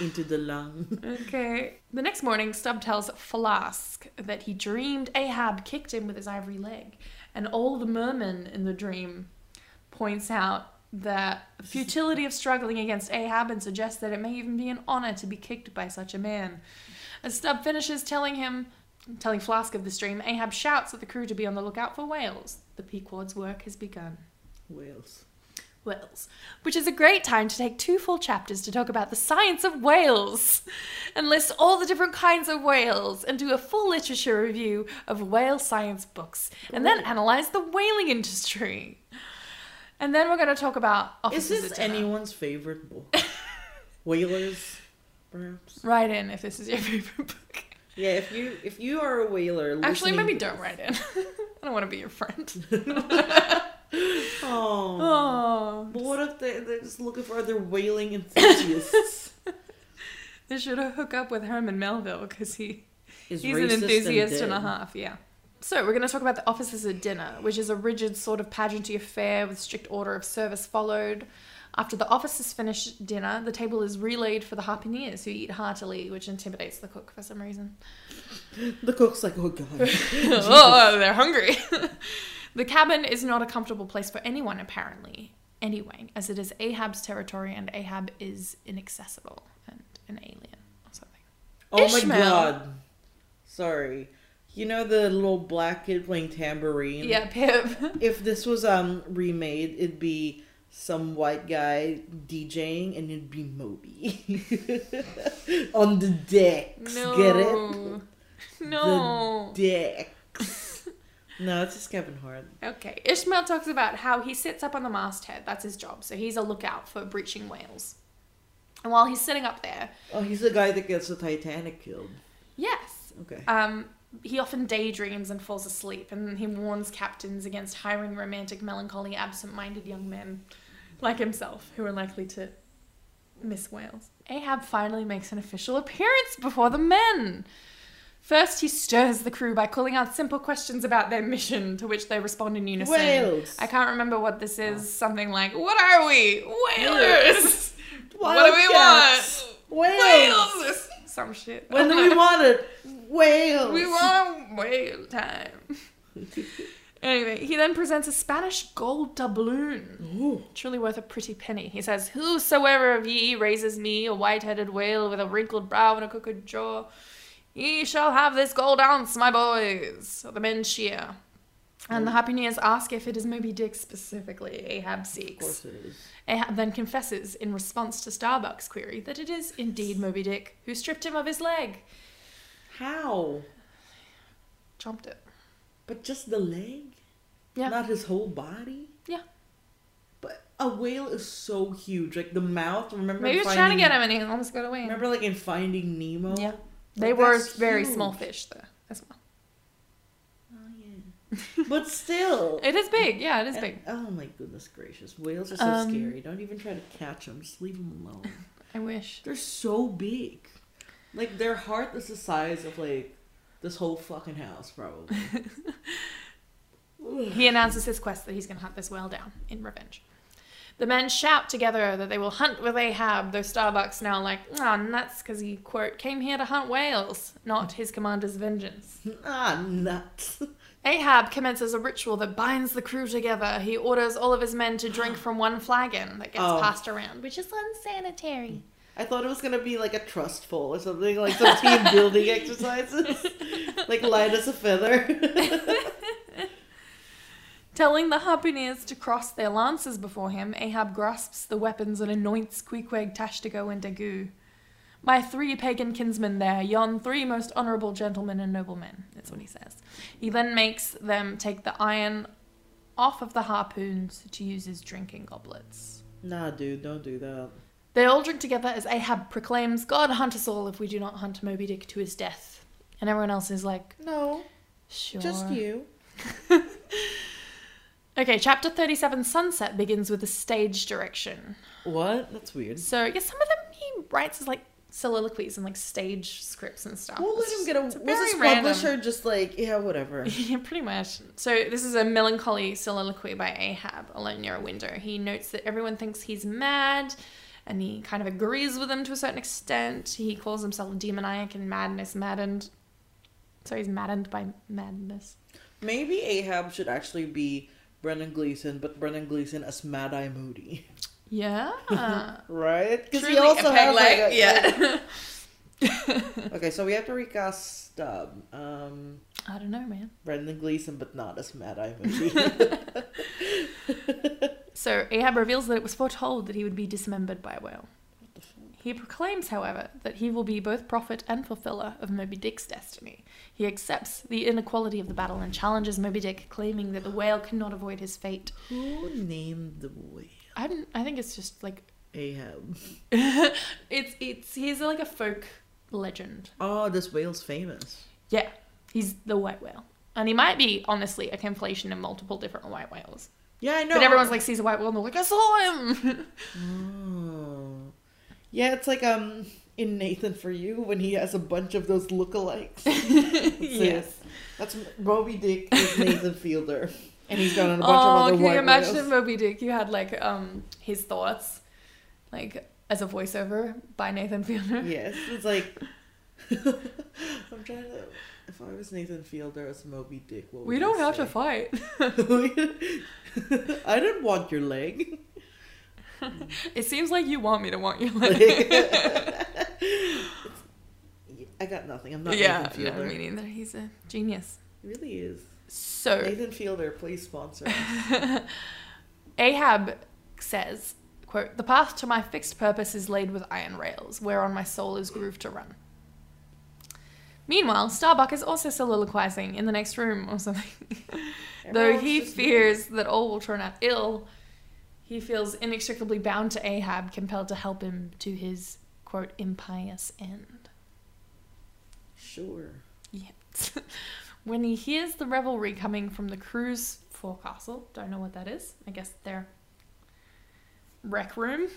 Speaker 2: Into the lung. <laughs>
Speaker 1: Okay. The next morning, Stubb tells Flask that he dreamed Ahab kicked him with his ivory leg, and all the mermen in the dream points out that the futility of struggling against Ahab and suggests that it may even be an honor to be kicked by such a man. As Stubb finishes telling him, telling Flask of the stream, Ahab shouts at the crew to be on the lookout for whales. The Pequod's work has begun.
Speaker 2: Whales.
Speaker 1: Whales, which is a great time to take two full chapters to talk about the science of whales and list all the different kinds of whales and do a full literature review of whale science books and then analyze the whaling industry. And then we're going to talk about
Speaker 2: Is
Speaker 1: officers.
Speaker 2: this
Speaker 1: at dinner.
Speaker 2: anyone's
Speaker 1: <laughs>
Speaker 2: favorite book? Whalers, perhaps.
Speaker 1: Write in if this is your <laughs> favorite book.
Speaker 2: Yeah, if you if you are a whaler,
Speaker 1: Actually,
Speaker 2: listening
Speaker 1: maybe
Speaker 2: to
Speaker 1: don't
Speaker 2: this-
Speaker 1: write in. <laughs> I don't want to be your
Speaker 2: <laughs>
Speaker 1: friend.
Speaker 2: Oh.
Speaker 1: Oh,
Speaker 2: But what if they, they're just looking for other whaling
Speaker 1: <laughs>
Speaker 2: enthusiasts?
Speaker 1: they should hook up with Herman Melville because he
Speaker 2: Is
Speaker 1: he's
Speaker 2: racist
Speaker 1: an enthusiast and,
Speaker 2: dead.
Speaker 1: a half, yeah. So we're going to talk about the officers at dinner, which is a rigid sort of pageantry affair with strict order of service followed. After the officers finish dinner, the table is relaid for the harpooneers who eat heartily, which intimidates the cook for some
Speaker 2: <laughs>
Speaker 1: reason.
Speaker 2: The cook's like, oh god.
Speaker 1: oh, they're hungry. <laughs> the cabin is not a comfortable place for anyone, apparently. Anyway, as it is Ahab's territory and Ahab is inaccessible and an alien or something.
Speaker 2: Oh my
Speaker 1: Ishmael.
Speaker 2: god. Sorry. You know the little black kid playing tambourine?
Speaker 1: Yeah, Pip. <laughs>
Speaker 2: If this was um remade, it'd be some white guy DJing and it'd be Moby. <laughs> On the decks.
Speaker 1: No.
Speaker 2: Get it?
Speaker 1: No.
Speaker 2: Decks. <laughs> no, it's just Kevin Hart.
Speaker 1: okay. Ishmael talks about how he sits up on the masthead. That's his job. So he's a lookout for breaching whales. And while he's sitting up there,
Speaker 2: Oh, he's the guy that gets the Titanic killed.
Speaker 1: yes,
Speaker 2: Okay.
Speaker 1: Um, he often daydreams and falls asleep, and he warns captains against hiring romantic, melancholy, absent minded young men like himself who are likely to miss whales. Ahab finally makes an official appearance before the men. First, he stirs the crew by calling out simple questions about their mission, to which they respond in unison.
Speaker 2: Whales.
Speaker 1: I can't remember what this is. Something like, What are we? Whalers! <laughs> what do we
Speaker 2: Wildcats.
Speaker 1: want? <laughs>
Speaker 2: Whales.
Speaker 1: Whales! Some shit. Oh
Speaker 2: When do we want
Speaker 1: <laughs>
Speaker 2: it? Whales.
Speaker 1: We want whale
Speaker 2: <laughs>
Speaker 1: time. anyway, he then presents a Spanish gold doubloon,
Speaker 2: Ooh.
Speaker 1: truly worth a pretty penny. He says, Whosoever of ye raises me a white headed whale with a wrinkled brow and a crooked jaw, ye shall have this gold ounce, my boys. So the men cheer. And the Happyneers ask if it is Moby Dick specifically Ahab
Speaker 2: Of
Speaker 1: seeks.
Speaker 2: course it is.
Speaker 1: Ahab then confesses, in response to Starbuck's query, that it is indeed Moby Dick who stripped him of his leg,
Speaker 2: How?
Speaker 1: chomped it.
Speaker 2: But just the leg?
Speaker 1: Yeah.
Speaker 2: Not his whole body?
Speaker 1: Yeah.
Speaker 2: But a whale is so huge. Like the mouth, remember?
Speaker 1: Maybe
Speaker 2: in
Speaker 1: he was trying to
Speaker 2: Finding-
Speaker 1: get him and he almost got away.
Speaker 2: Remember like in Finding Nemo?
Speaker 1: Yeah.
Speaker 2: Like,
Speaker 1: They were
Speaker 2: that's
Speaker 1: very
Speaker 2: huge.
Speaker 1: small fish though as well.
Speaker 2: Oh yeah.
Speaker 1: <laughs>
Speaker 2: but still.
Speaker 1: It is big, yeah, it is
Speaker 2: And-
Speaker 1: big.
Speaker 2: Oh my goodness gracious. Whales are so
Speaker 1: Um,
Speaker 2: scary. Don't even try to catch them. Just leave them alone.
Speaker 1: I wish.
Speaker 2: They're so big. Like their heart is the size of like this whole fucking house
Speaker 1: <laughs>
Speaker 2: probably.
Speaker 1: He announces his quest that he's gonna hunt this whale down in revenge. The men shout together that they will hunt with Ahab, though Starbuck's now like, ah, nuts, because he, quote, came here to hunt whales, not his commander's vengeance.
Speaker 2: ah, nuts. <laughs>
Speaker 1: Ahab commences a ritual that binds the crew together. He orders all of his men to
Speaker 2: <gasps>
Speaker 1: drink from one flagon that gets
Speaker 2: Oh.
Speaker 1: passed around, which is unsanitary.
Speaker 2: I thought it was gonna be like a trust fall or something, like some <laughs> team building <laughs> exercises. like light as a feather. <laughs>
Speaker 1: Telling the harpooneers to cross their lances before him, Ahab grasps the weapons and anoints Queequeg, Tashtigo, and Dagu. My three pagan kinsmen there, yon three most honourable gentlemen and noblemen, is what he says. He then makes them take the iron off of the harpoons to use as drinking goblets.
Speaker 2: nah, dude, don't do that.
Speaker 1: They all drink together as Ahab proclaims, God hunt us all if we do not hunt Moby Dick to his death. And everyone else is like,
Speaker 2: No,
Speaker 1: sure.
Speaker 2: just you.
Speaker 1: Okay, chapter 37 Sunset begins with a stage direction.
Speaker 2: What? That's weird.
Speaker 1: So yeah, some of them he writes as like soliloquies and like stage scripts and stuff.
Speaker 2: We'll let
Speaker 1: It's
Speaker 2: him get a.
Speaker 1: it's
Speaker 2: Was
Speaker 1: very
Speaker 2: this
Speaker 1: random-
Speaker 2: publisher just like yeah, whatever?
Speaker 1: <laughs> Yeah, pretty much. So this is a melancholy soliloquy by Ahab alone near a window. He notes that everyone thinks he's mad, and he kind of agrees with them to a certain extent. He calls himself demoniac and madness maddened. So he's maddened by madness.
Speaker 2: Maybe Ahab should actually be Brendan Gleeson, but Brendan Gleeson as Mad Eye Moody, <laughs>
Speaker 1: <laughs> Yeah.
Speaker 2: right? Because he
Speaker 1: Truly a
Speaker 2: also
Speaker 1: peg
Speaker 2: has
Speaker 1: leg,
Speaker 2: like a,
Speaker 1: yeah.
Speaker 2: Okay, so we have to recast um, um
Speaker 1: <laughs> I don't know, man.
Speaker 2: Brendan Gleeson, but not as Mad <laughs> Eye Moody.
Speaker 1: So Ahab reveals that it was foretold that he would be dismembered by a whale.
Speaker 2: the fuck?
Speaker 1: He proclaims, however, that he will be both prophet and fulfiller of Moby Dick's destiny. He accepts the inequality of the battle and challenges Moby Dick, claiming that the whale cannot avoid his fate.
Speaker 2: <laughs> Who named the boy
Speaker 1: I, don't, I think it's just like <laughs>
Speaker 2: Ahab?
Speaker 1: it's it's he's like a folk legend.
Speaker 2: Oh, this whale's famous.
Speaker 1: Yeah, he's the white whale, and he might be honestly a conflation of multiple different white whales.
Speaker 2: Yeah, I know.
Speaker 1: But everyone's like sees a white whale and they're like, I saw him. <laughs>
Speaker 2: Oh. Yeah, it's like um in Nathan for You when he has a bunch of those lookalikes.
Speaker 1: yes.
Speaker 2: That's Moby Dick
Speaker 1: <laughs>
Speaker 2: is Nathan Fielder, and he's got on a bunch
Speaker 1: Oh,
Speaker 2: of other
Speaker 1: can
Speaker 2: white
Speaker 1: you imagine if
Speaker 2: whales.
Speaker 1: Moby Dick? You had like um his thoughts, like as a voiceover by Nathan Fielder.
Speaker 2: Yes, it's like <laughs> I'm trying to. If I was Nathan Fielder as Moby Dick,
Speaker 1: <laughs>
Speaker 2: what
Speaker 1: We
Speaker 2: would
Speaker 1: don't
Speaker 2: I
Speaker 1: have to
Speaker 2: say?
Speaker 1: fight. <laughs>
Speaker 2: <laughs> I don't want your leg.
Speaker 1: It seems like you want me to want <laughs> you.
Speaker 2: Like,
Speaker 1: Like,
Speaker 2: it's- I got nothing. I'm not
Speaker 1: yeah,
Speaker 2: Nathan
Speaker 1: no,
Speaker 2: Fielder.
Speaker 1: me neither. He's a genius.
Speaker 2: He really is.
Speaker 1: So
Speaker 2: Nathan Fielder, please sponsor. us.
Speaker 1: Ahab says, quote, The path to my fixed purpose is laid with iron rails, whereon my soul is grooved to run. Meanwhile, Starbuck is also soliloquizing in the next room or something. <laughs> Though
Speaker 2: Everyone's
Speaker 1: he
Speaker 2: just-
Speaker 1: fears that all will turn out ill, he feels inextricably bound to Ahab, compelled to help him to his, quote, impious end.
Speaker 2: Sure.
Speaker 1: Yes. when he hears the revelry coming from the crew's forecastle, don't know what that is. I guess their rec room.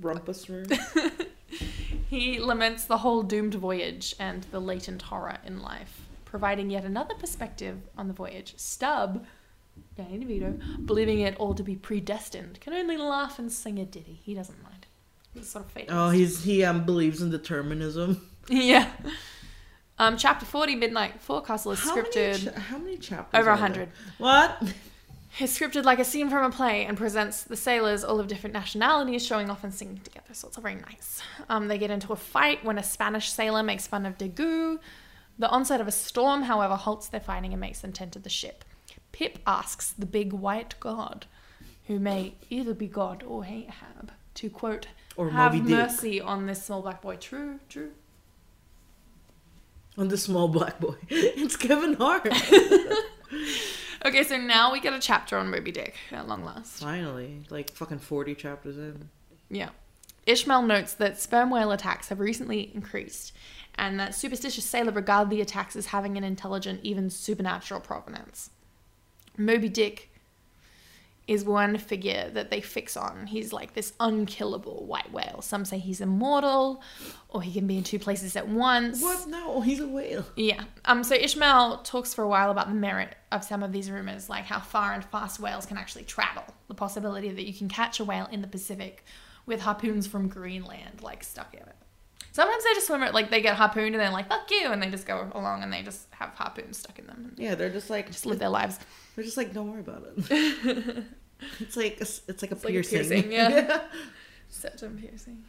Speaker 2: Rumpus room.
Speaker 1: <laughs> He laments the whole doomed voyage and the latent horror in life, providing yet another perspective on the voyage. Stubb, Danny DeVito, believing it all to be predestined, can only laugh and sing a ditty. He doesn't mind. It's sort of fate.
Speaker 2: oh, he's he um believes in determinism.
Speaker 1: <laughs> yeah. Um, chapter forty, midnight forecastle is
Speaker 2: How many,
Speaker 1: scripted
Speaker 2: cha- how many chapters?
Speaker 1: over a
Speaker 2: are there?
Speaker 1: hundred.
Speaker 2: What?
Speaker 1: It's scripted like a scene from a play and presents the sailors, all of different nationalities, showing off and singing together. So it's all very nice. Um, they get into a fight when a Spanish sailor makes fun of Degu. The onset of a storm, however, halts their fighting and makes them tend to the ship. Pip asks the big white god, who may either be God or Ahab, to quote,
Speaker 2: Or
Speaker 1: have
Speaker 2: Moby Dick.
Speaker 1: mercy on this small black boy. True, true.
Speaker 2: On the small black boy. <laughs> It's Kevin <laughs> Hart.
Speaker 1: Okay, so now we get a chapter on Moby Dick at long last.
Speaker 2: Finally, like fucking forty chapters in.
Speaker 1: Yeah. Ishmael notes that sperm whale attacks have recently increased, and that superstitious sailor regard the attacks as having an intelligent, even supernatural provenance. Moby Dick is one figure that they fix on. He's like this unkillable white whale. Some say he's immortal, or he can be in two places at once.
Speaker 2: What? No, he's a whale.
Speaker 1: Yeah. Um. So Ishmael talks for a while about the merit of some of these rumors, like how far and fast whales can actually travel, the possibility that you can catch a whale in the Pacific with harpoons from Greenland, like stuck in it. Sometimes they just swim it, like they get harpooned and they're like "fuck you," and they just go along and they just have harpoons stuck in them and
Speaker 2: Yeah, they're just like
Speaker 1: just live their lives.
Speaker 2: they're just like don't worry about it.
Speaker 1: <laughs>
Speaker 2: it's like it's, it's like a
Speaker 1: It's like a
Speaker 2: piercing.
Speaker 1: piercing,
Speaker 2: <laughs>
Speaker 1: yeah. Septum piercing.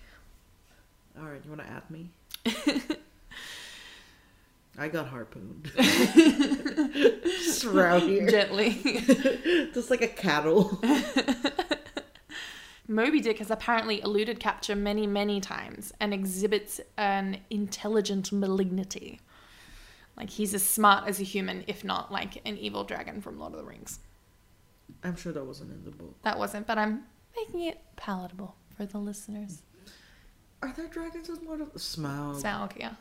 Speaker 2: All right, you want to
Speaker 1: <laughs>
Speaker 2: at me? I got
Speaker 1: <laughs>
Speaker 2: harpooned. just around here,
Speaker 1: Gently.
Speaker 2: <laughs> just like a cattle. <laughs>
Speaker 1: Moby Dick has apparently eluded capture many, many times and exhibits an intelligent malignity. Like he's as smart as a human, if not like an evil dragon from Lord of the Rings.
Speaker 2: I'm sure that wasn't in the book.
Speaker 1: That wasn't, but I'm making it palatable for the listeners.
Speaker 2: Are there dragons in Lord of the Smile?
Speaker 1: Smaug, yeah.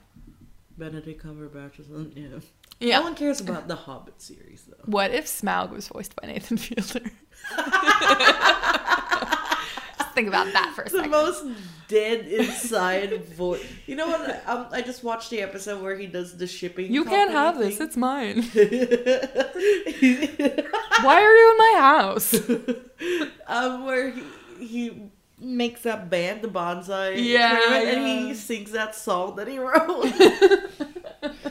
Speaker 2: Benedict Cumberbatch is in. Yeah. No
Speaker 1: Yeah.
Speaker 2: one cares about the Hobbit series though.
Speaker 1: What if Smaug was voiced by Nathan Fielder? <laughs> Just think about that for a
Speaker 2: <laughs> the
Speaker 1: second.
Speaker 2: most dead inside voice. You know what? Um, I just watched the episode where he does the shipping.
Speaker 1: you can't have
Speaker 2: company
Speaker 1: this, it's mine.
Speaker 2: thing. <laughs>
Speaker 1: Why are you in my house?
Speaker 2: <laughs> um, where he, he makes that band, the bonsai.
Speaker 1: Yeah,
Speaker 2: Tournament, and he
Speaker 1: yeah.
Speaker 2: <laughs> sings that song that he wrote.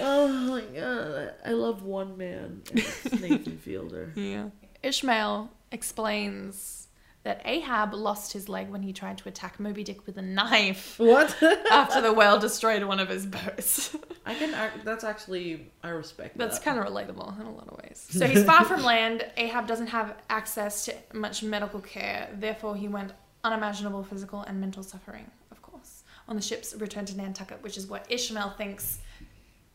Speaker 2: Oh my god, I love one man. and It's <laughs> Nathan Fielder.
Speaker 1: Yeah. Ishmael explains that Ahab lost his leg when he tried to attack Moby Dick with a
Speaker 2: <laughs>
Speaker 1: knife
Speaker 2: What?
Speaker 1: after the whale destroyed one of his boats.
Speaker 2: I can. Act, that's actually I respect.
Speaker 1: That's
Speaker 2: that.
Speaker 1: kind of relatable in a lot of ways. So he's far from land. Ahab doesn't have access to much medical care. Therefore, he went unimaginable physical and mental suffering, of course, on the ship's return to Nantucket, which is what Ishmael thinks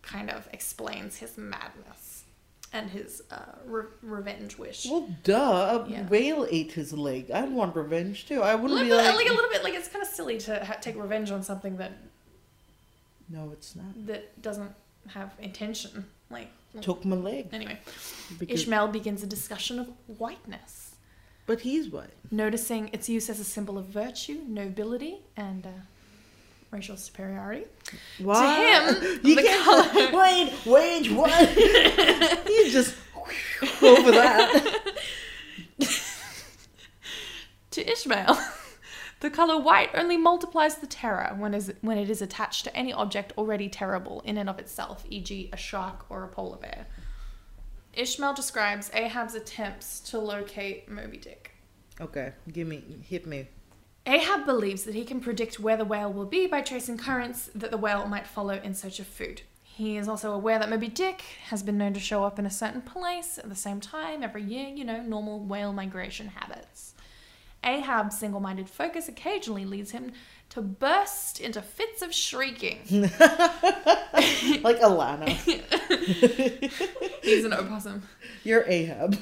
Speaker 1: kind of explains his madness and his uh, re- revenge wish.
Speaker 2: Well, duh. A
Speaker 1: Yeah.
Speaker 2: whale ate his leg. I want revenge too. I wouldn't
Speaker 1: Like,
Speaker 2: be
Speaker 1: like,
Speaker 2: like.
Speaker 1: a little bit like it's kind of silly to ha- take revenge on something that
Speaker 2: No, it's not.
Speaker 1: that doesn't have intention. Like
Speaker 2: Took my leg.
Speaker 1: anyway,
Speaker 2: Because,
Speaker 1: Ishmael begins a discussion of whiteness.
Speaker 2: but he's white.
Speaker 1: noticing its use as a symbol of virtue, nobility, and uh, racial superiority.
Speaker 2: Why?
Speaker 1: him,
Speaker 2: you
Speaker 1: the
Speaker 2: can't. <laughs>
Speaker 1: color-
Speaker 2: Wait, wait, what?
Speaker 1: <laughs>
Speaker 2: you just over that.
Speaker 1: To Ishmael, <laughs> the color white only multiplies the terror when, is, when it is attached to any object already terrible in and of itself, e.g., a shark or a polar bear. Ishmael describes Ahab's attempts to locate Moby Dick.
Speaker 2: Okay, give me,
Speaker 1: <laughs>
Speaker 2: hit me.
Speaker 1: Ahab believes that he can predict where the whale will be by tracing currents that the whale might follow in search of food. He is also aware that Moby Dick has been known to show up in a certain place at the same time every year, you know, normal whale migration habits. Ahab's single minded focus occasionally leads him to burst into fits of shrieking.
Speaker 2: <laughs> Like Alana,
Speaker 1: He's an opossum.
Speaker 2: you're Ahab.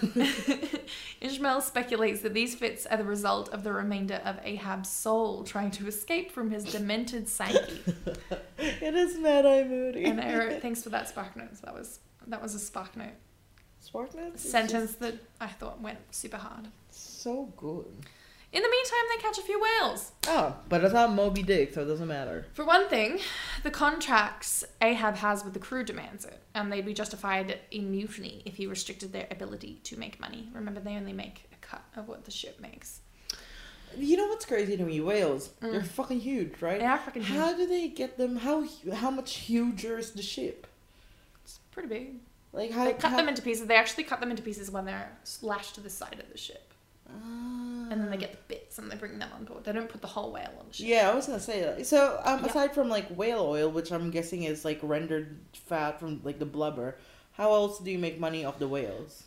Speaker 1: Ishmael speculates that these fits are the result of the remainder of Ahab's soul trying to escape from his demented psyche.
Speaker 2: it is Mad Eye Moody.
Speaker 1: <laughs> And I
Speaker 2: <laughs>
Speaker 1: wrote, thanks for that spark note. So that was that was a spark note
Speaker 2: Sparkman is
Speaker 1: sentence that I thought went super hard.
Speaker 2: just so good.
Speaker 1: In the meantime, they catch a few whales.
Speaker 2: Oh, but it's not Moby Dick, so it doesn't matter.
Speaker 1: For one thing, the contracts Ahab has with the crew demands it, and they'd be justified in mutiny if he restricted their ability to make money. Remember, they only make a cut of what the ship makes.
Speaker 2: You know what's crazy to me? Whales,
Speaker 1: Mm.
Speaker 2: they're fucking huge, right?
Speaker 1: They are freaking huge.
Speaker 2: How do they get them? How hu- how much huger is the ship?
Speaker 1: It's pretty big.
Speaker 2: Like how?
Speaker 1: They cut
Speaker 2: how-
Speaker 1: them into pieces. They actually cut them into pieces when they're lashed to the side of the ship,
Speaker 2: Ah.
Speaker 1: and then they get the bits and they bring them on board. They don't put the whole whale on the ship.
Speaker 2: Yeah, I was gonna say that. So, um,
Speaker 1: Yeah.
Speaker 2: aside from like whale oil, which I'm guessing is like rendered fat from like the blubber, how else do you make money off the <laughs> whales?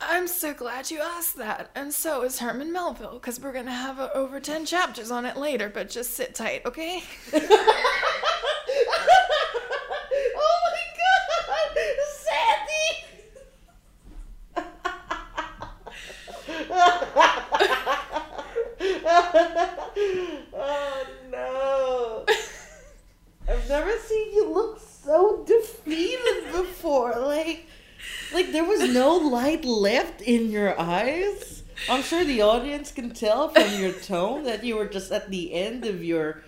Speaker 1: I'm so glad you asked that, and so is Herman Melville, because we're gonna have uh, over 10 chapters on it later, but just sit tight, okay? <laughs>
Speaker 2: oh my god, <laughs> Sandy! oh no! I've never seen you look so defeated before. Like, like there was no light left in your eyes. I'm sure the audience can tell from your tone that you were just at the end of your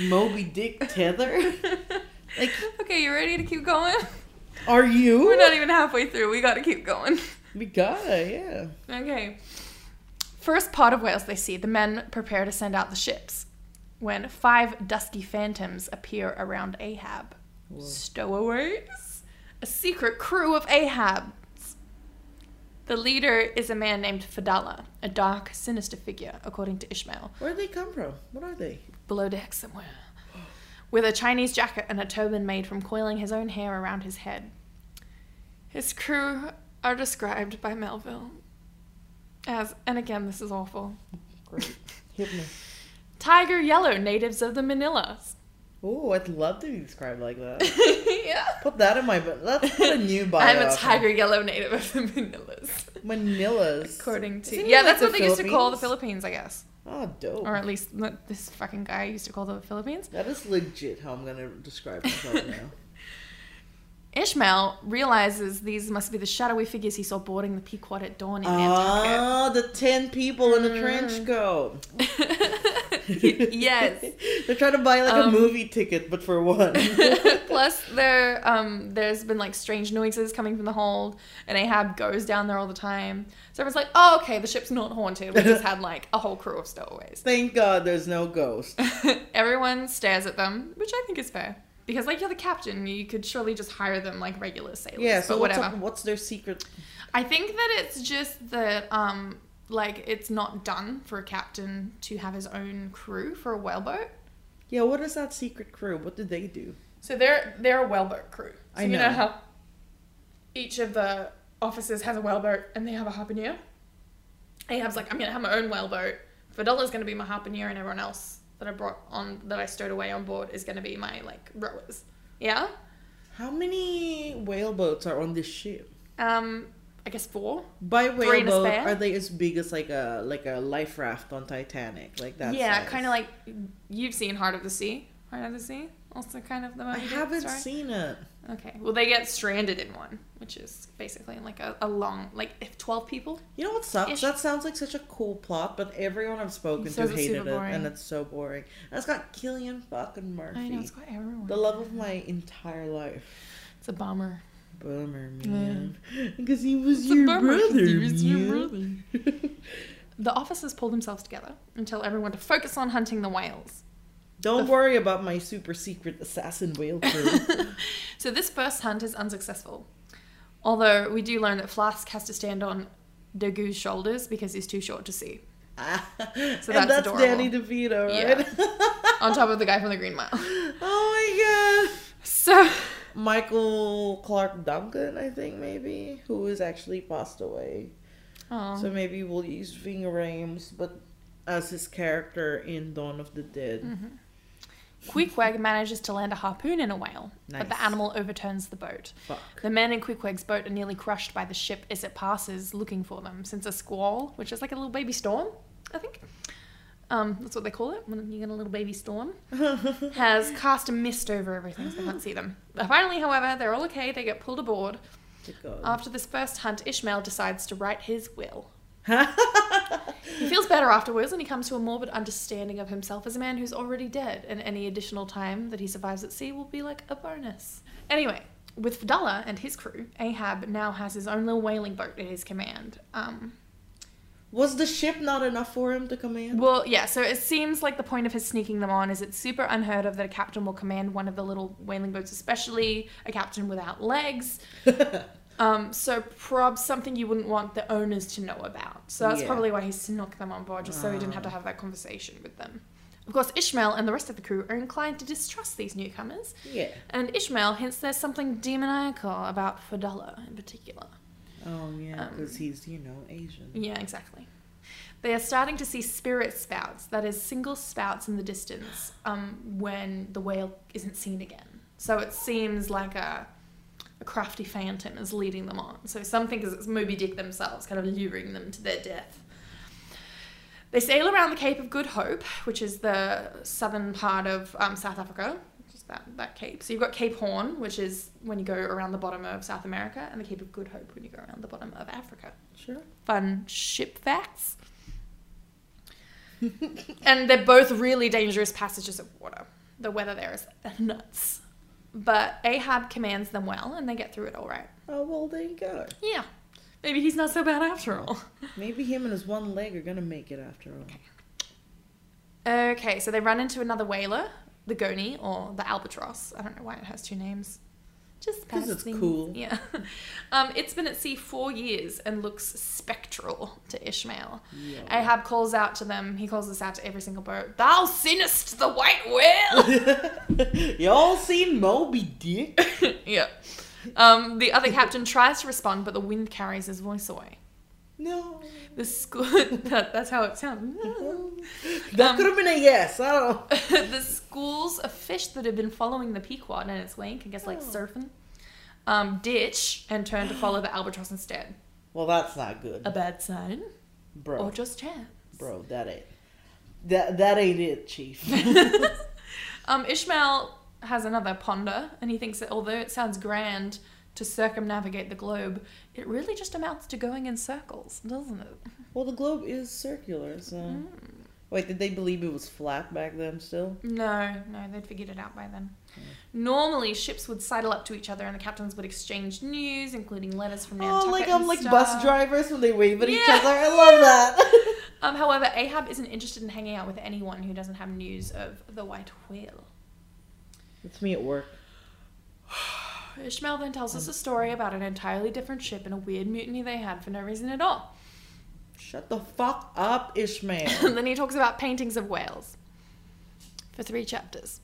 Speaker 2: Moby Dick tether. Like,
Speaker 1: okay, you ready to keep going?
Speaker 2: are you?
Speaker 1: We're not e- even halfway through, we gotta keep going.
Speaker 2: We gotta, yeah.
Speaker 1: Okay. First pot of whales they see, the men prepare to send out the ships. When five dusky phantoms appear around Ahab, stowaways, a secret crew of Ahab's. The leader is a man named Fadala, a dark, sinister figure, according to Ishmael,
Speaker 2: Where'd they come from? What are they?
Speaker 1: below deck somewhere, with a Chinese jacket and a turban made from coiling his own hair around his head. His crew are described by Melville as, and again, this is awful,
Speaker 2: Great. Hit me.
Speaker 1: tiger yellow natives of the Manilas.
Speaker 2: Oh, I'd love to be described like that.
Speaker 1: <laughs> yeah.
Speaker 2: Put that in my. Let's put
Speaker 1: <laughs>
Speaker 2: a new bio.
Speaker 1: I'm a
Speaker 2: up.
Speaker 1: tiger yellow native of the Manilas.
Speaker 2: Manila's.
Speaker 1: According to
Speaker 2: Isn't it
Speaker 1: yeah,
Speaker 2: like
Speaker 1: that's
Speaker 2: the
Speaker 1: what they used to call the
Speaker 2: Philippines?
Speaker 1: Philippines, I guess,
Speaker 2: Oh, dope.
Speaker 1: or at least what this fucking guy used to call the Philippines.
Speaker 2: That is legit how I'm gonna describe myself now.
Speaker 1: Ishmael realizes these must be the shadowy figures he saw boarding <laughs> the Mm. Pequod at dawn in Nantucket.
Speaker 2: Ah, the ten people in a trench coat.
Speaker 1: <laughs>
Speaker 2: Ah. <laughs>
Speaker 1: yes.
Speaker 2: They're trying to buy like a
Speaker 1: Um,
Speaker 2: movie ticket, but
Speaker 1: <laughs>
Speaker 2: for one. <laughs>
Speaker 1: Plus, there um, there's been like strange noises coming from the hold, and Ahab goes down there all the time. So everyone's like, "Oh, okay, the ship's not haunted. We just had like a whole crew of stowaways." <laughs>
Speaker 2: Thank God there's no ghost.
Speaker 1: Everyone stares at them, which I think is fair. Because like you're the captain, you could surely just hire them like regular sailors.
Speaker 2: Yeah,
Speaker 1: but
Speaker 2: so what's,
Speaker 1: whatever.
Speaker 2: up, what's their secret?
Speaker 1: I think that it's just that um like it's not done for a captain to have his own crew for a whaleboat.
Speaker 2: Yeah, what is that secret crew? What do they do?
Speaker 1: So they're they're a whaleboat crew. So
Speaker 2: I
Speaker 1: you know.
Speaker 2: know.
Speaker 1: how each of the officers has a whaleboat and they have a harpooner. Ahab's like, I'm gonna have my own whaleboat. Fidella's gonna be my harpooner and everyone else that I brought on that I stowed away on board is gonna be my like rowers. Yeah?
Speaker 2: How many whaleboats are on this ship?
Speaker 1: Um I guess four.
Speaker 2: By
Speaker 1: Three and a
Speaker 2: whaleboat,
Speaker 1: spare?
Speaker 2: are they as big as like a like a life raft on Titanic? Like that?
Speaker 1: yeah,
Speaker 2: size?
Speaker 1: kind of like you've seen Heart of the Sea. Heart of the Sea, also kind of the
Speaker 2: I
Speaker 1: movie,
Speaker 2: haven't
Speaker 1: sorry.
Speaker 2: seen it.
Speaker 1: Okay, well they get stranded in one, which is basically like a, a long, like if twelve people.
Speaker 2: You know what sucks?
Speaker 1: Ish.
Speaker 2: That sounds like such a cool plot, but everyone I've spoken
Speaker 1: says
Speaker 2: to
Speaker 1: it's
Speaker 2: hated
Speaker 1: super
Speaker 2: it,
Speaker 1: boring.
Speaker 2: and it's so boring. And it's got Killian fucking Murphy,
Speaker 1: I know it's quite everyone.
Speaker 2: the love of my entire life.
Speaker 1: It's a bummer.
Speaker 2: Bummer, man. Because he was
Speaker 1: It's
Speaker 2: your
Speaker 1: a bummer.
Speaker 2: brother.
Speaker 1: He was your
Speaker 2: man.
Speaker 1: brother. the officers pull themselves together and tell everyone to focus on hunting the
Speaker 2: <laughs>
Speaker 1: whales.
Speaker 2: <laughs> Don't
Speaker 1: The-
Speaker 2: worry about my super secret assassin
Speaker 1: <laughs>
Speaker 2: whale crew. <laughs>
Speaker 1: So this first hunt is unsuccessful. Although we do learn that Flask has to stand on Dagoo's shoulders because he's too short to see.
Speaker 2: Ah,
Speaker 1: So
Speaker 2: and
Speaker 1: that's
Speaker 2: that's
Speaker 1: adorable.
Speaker 2: Danny DeVito, right? <laughs>
Speaker 1: on top of the guy from the Green Mile. <laughs>
Speaker 2: oh my god.
Speaker 1: So
Speaker 2: Michael Clark Duncan, I think maybe, who is actually passed away.
Speaker 1: Oh.
Speaker 2: So maybe we'll use Ving Rhames, but as his character in Dawn of the Dead.
Speaker 1: Mm-hmm. Queequeg manages to land a harpoon in a whale, but
Speaker 2: Nice.
Speaker 1: the animal overturns the boat.
Speaker 2: Fuck.
Speaker 1: The men in Queequeg's boat are nearly crushed by the ship as it passes looking for them, since a squall, which is like a little baby storm, I think. Um, that's what they call it when you get a little baby storm,
Speaker 2: <laughs>
Speaker 1: has cast a mist over everything, so they can't see them. Finally, however, they're all okay. They get pulled aboard.
Speaker 2: Good God.
Speaker 1: After this first hunt, Ishmael decides to write his will. he feels better afterwards and he comes to a morbid understanding of himself as a man who's already dead, and any additional time that he survives at sea will be like a bonus. Anyway, with Fidala and his crew, Ahab now has his own little whaling boat at his command. Um,
Speaker 2: <laughs> was the ship not enough for him to command?
Speaker 1: well, yeah, so it seems like the point of his sneaking them on is it's super unheard of that a captain will command one of the little whaling boats, especially a captain without legs. um, so probs something you wouldn't want the owners to know about. So that's
Speaker 2: Yeah.
Speaker 1: probably why he snuck them on board, just so he didn't have to have that conversation with them. Of course, Ishmael and the rest of the crew are inclined to distrust these newcomers,
Speaker 2: Yeah.
Speaker 1: and Ishmael hints there's something demoniacal about Fadala in particular.
Speaker 2: Oh, yeah, because
Speaker 1: Um,
Speaker 2: he's, you know, Asian.
Speaker 1: Yeah, exactly. They are starting to see spirit spouts, that is, single spouts in the distance, um, when the whale isn't seen again. So it seems like a, a crafty phantom is leading them on. So some think it's Moby Dick themselves, kind of luring them to their death. They sail around the Cape of Good Hope, which is the southern part of um, South Africa, just that, that cape. So you've got Cape Horn, which is when you go around the bottom of South America, and the Cape of Good Hope when you go around the bottom of Africa
Speaker 2: Sure.
Speaker 1: fun ship facts. <laughs> and they're both really dangerous passages of water. The weather there is nuts. But Ahab commands them well and they get through it all right.
Speaker 2: Oh, well, there you go.
Speaker 1: Yeah. Maybe he's not so bad after all.
Speaker 2: Maybe him and his one leg are going to make it after all.
Speaker 1: Okay, so they run into another whaler, the Goni or the albatross. I don't know why it has two names. Just
Speaker 2: 'Cause
Speaker 1: bad
Speaker 2: it's
Speaker 1: things.
Speaker 2: cool.
Speaker 1: Yeah. <laughs> Um, it's been at sea four years and looks spectral to Ishmael.
Speaker 2: Yeah.
Speaker 1: Ahab calls out to them. He calls this out to every single boat. Thou sinnest the white
Speaker 2: <laughs>
Speaker 1: whale.
Speaker 2: Y'all seen Moby Dick?
Speaker 1: yeah. Um, the other captain tries to respond, but the wind carries his voice away.
Speaker 2: No.
Speaker 1: The school. <laughs> that, that's how it sounds. <laughs>
Speaker 2: That
Speaker 1: Um,
Speaker 2: could have been a yes. I don't know.
Speaker 1: the schools of fish that have been following the Pequod and its wake, I guess like
Speaker 2: Oh.
Speaker 1: surfing, um, ditch and turn to follow the albatross instead.
Speaker 2: Well, that's not good,
Speaker 1: A bad sign,
Speaker 2: bro.
Speaker 1: or just chance.
Speaker 2: Bro, that ain't. That that ain't it, Chief. <laughs>
Speaker 1: <laughs> Um, Ishmael has another ponder, and he thinks that although it sounds grand to circumnavigate the globe, it really just amounts to going in circles, doesn't it?
Speaker 2: well, the globe is circular, so.
Speaker 1: Mm.
Speaker 2: Wait, did they believe it was flat back then? Still,
Speaker 1: No, no, they'd figured it out by then. Hmm. Normally, ships would sidle up to each other, and the captains would exchange news, including letters from Nantucket.
Speaker 2: oh, like
Speaker 1: and
Speaker 2: I'm like
Speaker 1: stuff.
Speaker 2: bus drivers when they wave at each
Speaker 1: Yeah,
Speaker 2: other. I love that.
Speaker 1: <laughs> Um, however, Ahab isn't interested in hanging out with anyone who doesn't have news of the White Whale.
Speaker 2: It's me at work.
Speaker 1: Ishmael then tells us a story about an entirely different ship and a weird mutiny they had for no reason at all.
Speaker 2: Shut the fuck up, Ishmael.
Speaker 1: And <coughs> then he talks about paintings of whales for three chapters.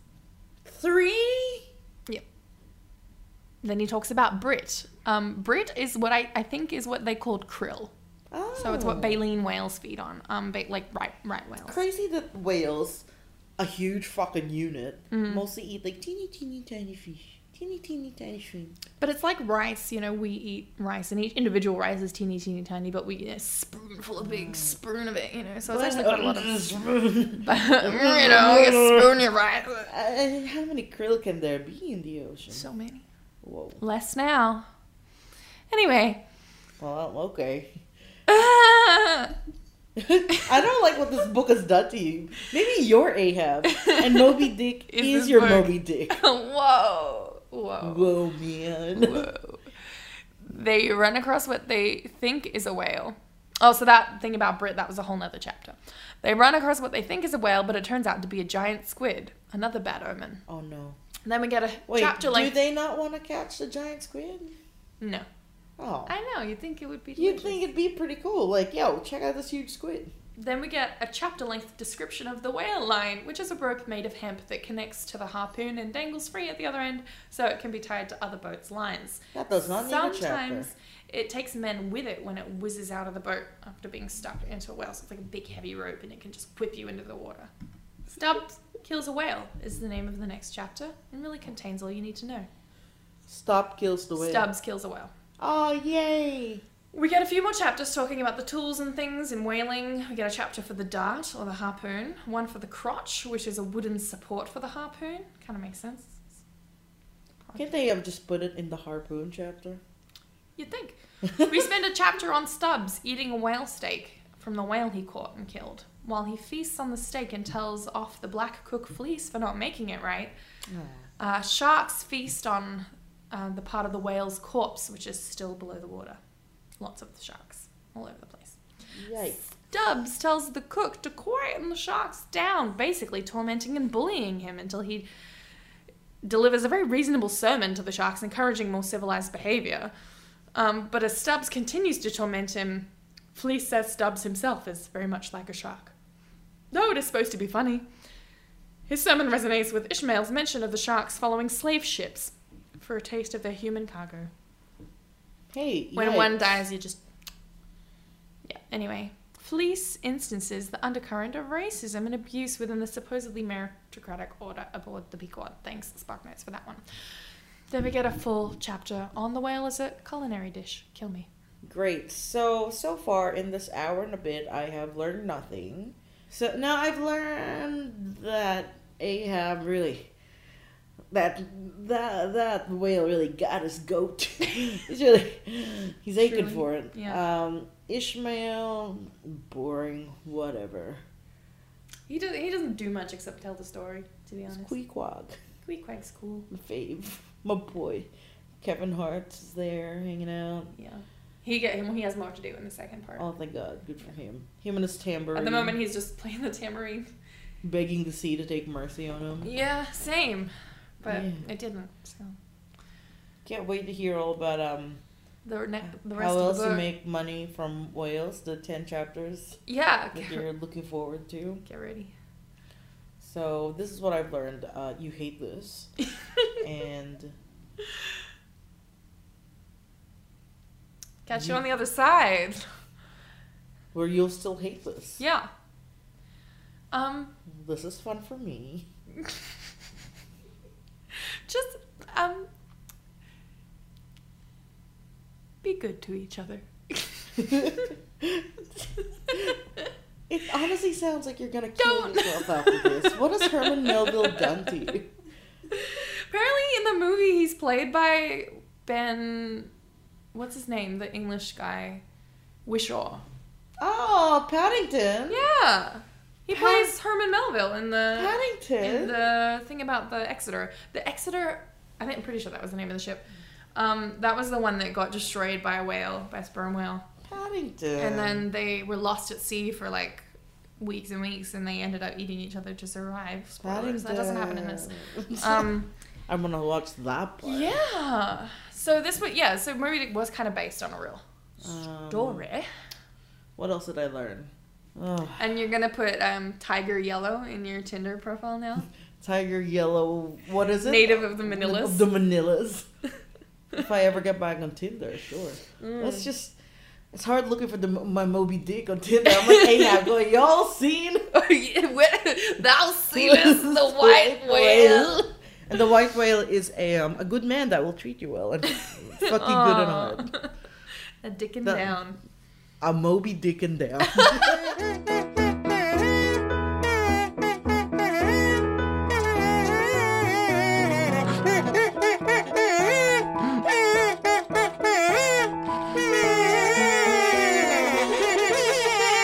Speaker 2: Three?
Speaker 1: Then he talks about Brit. Um, Brit is what I, I think is what they called krill.
Speaker 2: Oh.
Speaker 1: So it's what baleen whales feed on. Um, ba- like right, right whales.
Speaker 2: Crazy that whales, a huge fucking unit,
Speaker 1: Mm-hmm.
Speaker 2: mostly eat like teeny, teeny, tiny fish. Teeny, teeny, tiny fish.
Speaker 1: But it's like rice, you know, we eat rice and each individual rice is teeny, teeny, tiny, but we eat a spoonful of big spoon of it, you know. So it's actually quite a
Speaker 2: Mm.
Speaker 1: lot of,
Speaker 2: <laughs>
Speaker 1: but, <laughs> you know, you spoon your rice.
Speaker 2: Uh, how many krill can there be in the ocean?
Speaker 1: So many.
Speaker 2: Whoa.
Speaker 1: Less now. Anyway. <laughs>
Speaker 2: Well, okay. I don't like what this book has done to you. Maybe you're Ahab,
Speaker 1: <laughs>
Speaker 2: and Moby Dick
Speaker 1: Is
Speaker 2: is,
Speaker 1: this
Speaker 2: your
Speaker 1: book. Oh.
Speaker 2: Moby Dick.
Speaker 1: Whoa. Whoa.
Speaker 2: Whoa, man.
Speaker 1: Whoa. They run across what they think is a whale. Oh, so that thing about Brit, that was a whole nother chapter. They run across what they think is a whale, but it turns out to be a giant squid. Another bad omen.
Speaker 2: Oh no.
Speaker 1: And then we get a
Speaker 2: Wait,
Speaker 1: chapter
Speaker 2: do
Speaker 1: like
Speaker 2: they not want to catch the giant squid?
Speaker 1: No.
Speaker 2: Oh.
Speaker 1: I know, you'd think it would be
Speaker 2: You'd
Speaker 1: delicious.
Speaker 2: think it'd be pretty cool. Like, yo, check out this huge squid.
Speaker 1: Then we get a chapter length description of the whale line, which is a rope made of hemp that connects to the harpoon and dangles free at the other end so it can be tied to other boats' lines.
Speaker 2: That does not need a chapter.
Speaker 1: Sometimes it takes men with it when it whizzes out of the boat after being stuck into a whale. So it's like a big heavy rope and it can just whip you into the water. Stubbed Kills a Whale is the name of the next chapter and really contains all you need to know.
Speaker 2: Stop kills the whale.
Speaker 1: Stubbs Kills a Whale.
Speaker 2: Oh, yay.
Speaker 1: We get a few more chapters talking about the tools and things in whaling. We get a chapter for the dart or the harpoon, one for the crotch, which is a wooden support for the harpoon. Kind of makes sense.
Speaker 2: Can't they have just put it in the harpoon chapter?
Speaker 1: You'd think.
Speaker 2: <laughs>
Speaker 1: we spend a chapter on Stubbs eating a whale steak from the whale he caught and killed, while he feasts on the steak and tells off the black cook fleece for not making it right.
Speaker 2: Ah,
Speaker 1: Uh, sharks feast on uh, the part of the whale's corpse, which is still below the water. Lots of sharks all over the place.
Speaker 2: Yikes.
Speaker 1: Stubbs tells the cook to quieten the sharks down, basically tormenting and bullying him until he delivers a very reasonable sermon to the sharks, encouraging more civilized behavior. Um, but as Stubbs continues to torment him, Fleece says Stubbs himself is very much like a shark. Though it is supposed to be funny. His sermon resonates with Ishmael's mention of the sharks following slave ships for a taste of their human cargo.
Speaker 2: Hey,
Speaker 1: When
Speaker 2: yikes.
Speaker 1: one dies, you just. Yeah, anyway. Fleece instances the undercurrent of racism and abuse within the supposedly meritocratic order aboard the Pequod. Thanks, SparkNotes, for that one. Then we get a full chapter on the whale as a culinary dish. Kill me.
Speaker 2: Great. So, so far in this hour and a bit, I have learned nothing. So, now I've learned that Ahab really. That that that whale really got his goat. <laughs> he's really he's aching
Speaker 1: Truly,
Speaker 2: for it.
Speaker 1: yeah.
Speaker 2: Um, Ishmael, boring, whatever.
Speaker 1: He, does, he doesn't do much except tell the story, to be honest.
Speaker 2: Squeakwog,
Speaker 1: Queequeg's cool.
Speaker 2: my fave, my boy. Kevin Hart's there hanging out.
Speaker 1: Yeah. He get him. He has more to do in the second part.
Speaker 2: Oh, thank God, good for him. Him and his tambourine.
Speaker 1: At the moment, he's just playing the tambourine.
Speaker 2: begging the sea to take mercy on him.
Speaker 1: Yeah, same, but
Speaker 2: Yeah.
Speaker 1: it didn't. So
Speaker 2: Can't wait to hear all about um
Speaker 1: the ne- the rest
Speaker 2: how
Speaker 1: of
Speaker 2: else
Speaker 1: the book.
Speaker 2: you make money from whales, the ten chapters
Speaker 1: Yeah,
Speaker 2: that
Speaker 1: get,
Speaker 2: you're looking forward to.
Speaker 1: get ready.
Speaker 2: So this is what I've learned. Uh, you
Speaker 1: <laughs>
Speaker 2: hate this, and
Speaker 1: Catch you on the other side. <laughs>
Speaker 2: where you'll still hate this.
Speaker 1: Yeah. Um, <laughs>
Speaker 2: This is fun for me. <laughs>
Speaker 1: just um, be good to each other. <laughs>
Speaker 2: It honestly sounds like you're gonna kill
Speaker 1: Don't.
Speaker 2: yourself after this. What has Herman Melville done to
Speaker 1: <laughs>
Speaker 2: you?
Speaker 1: Apparently, in the movie, he's played by Ben. What's his name? The English guy, Wishaw.
Speaker 2: Oh, Paddington.
Speaker 1: Yeah, he
Speaker 2: Pat-
Speaker 1: plays Herman Melville in the in
Speaker 2: Paddington.
Speaker 1: the thing about the Exeter. The Exeter, I think I'm pretty sure that was the name of the ship. Um, that was the one that got destroyed by a whale, by a sperm whale,
Speaker 2: Paddington.
Speaker 1: and then they were lost at sea for like weeks and weeks, and they ended up eating each other to survive. Spoilers. That doesn't happen in this.
Speaker 2: Paddington.
Speaker 1: Um,
Speaker 2: I want to watch that part.
Speaker 1: Yeah. So this was yeah. So movie was kind of based on a real
Speaker 2: Um,
Speaker 1: story.
Speaker 2: What else did I learn? Oh,
Speaker 1: and you're gonna put um, tiger yellow in your Tinder profile now. <laughs>
Speaker 2: tiger yellow. What is it?
Speaker 1: Native of the
Speaker 2: Of
Speaker 1: Manilas.
Speaker 2: the Manilas. if I ever get back on Tinder, sure.
Speaker 1: Mm.
Speaker 2: That's just. It's hard looking for the, my Moby Dick on Tinder. I'm like, hey, I'm going, y'all
Speaker 1: <laughs>
Speaker 2: seen?
Speaker 1: Oh, yeah, where- Thou seest
Speaker 2: <laughs>
Speaker 1: the white whale.
Speaker 2: And the white whale is a um, a good man that will treat you
Speaker 1: <laughs>
Speaker 2: well and fucking good and hard.
Speaker 1: Aw. <laughs> A dick and
Speaker 2: That-
Speaker 1: down.
Speaker 2: a Moby Dick and
Speaker 1: <laughs>
Speaker 2: down.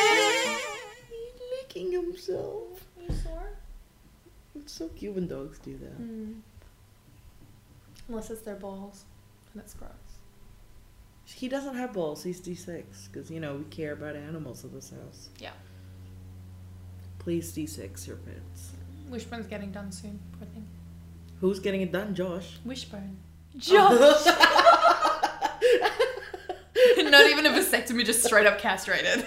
Speaker 2: He's licking himself.
Speaker 3: You sore?
Speaker 2: It's so cute when dogs do that.
Speaker 1: Hmm. Unless it's their balls, and it's gross.
Speaker 2: He doesn't have balls. He's D6 because you know we care about animals in this house.
Speaker 1: Yeah.
Speaker 2: Please D6 your pets.
Speaker 1: Wishbone's getting done soon. Poor thing.
Speaker 2: Who's getting it done, Josh?
Speaker 1: Wishbone.
Speaker 2: <laughs>
Speaker 1: Josh. <laughs> Not even a vasectomy, just straight up castrated.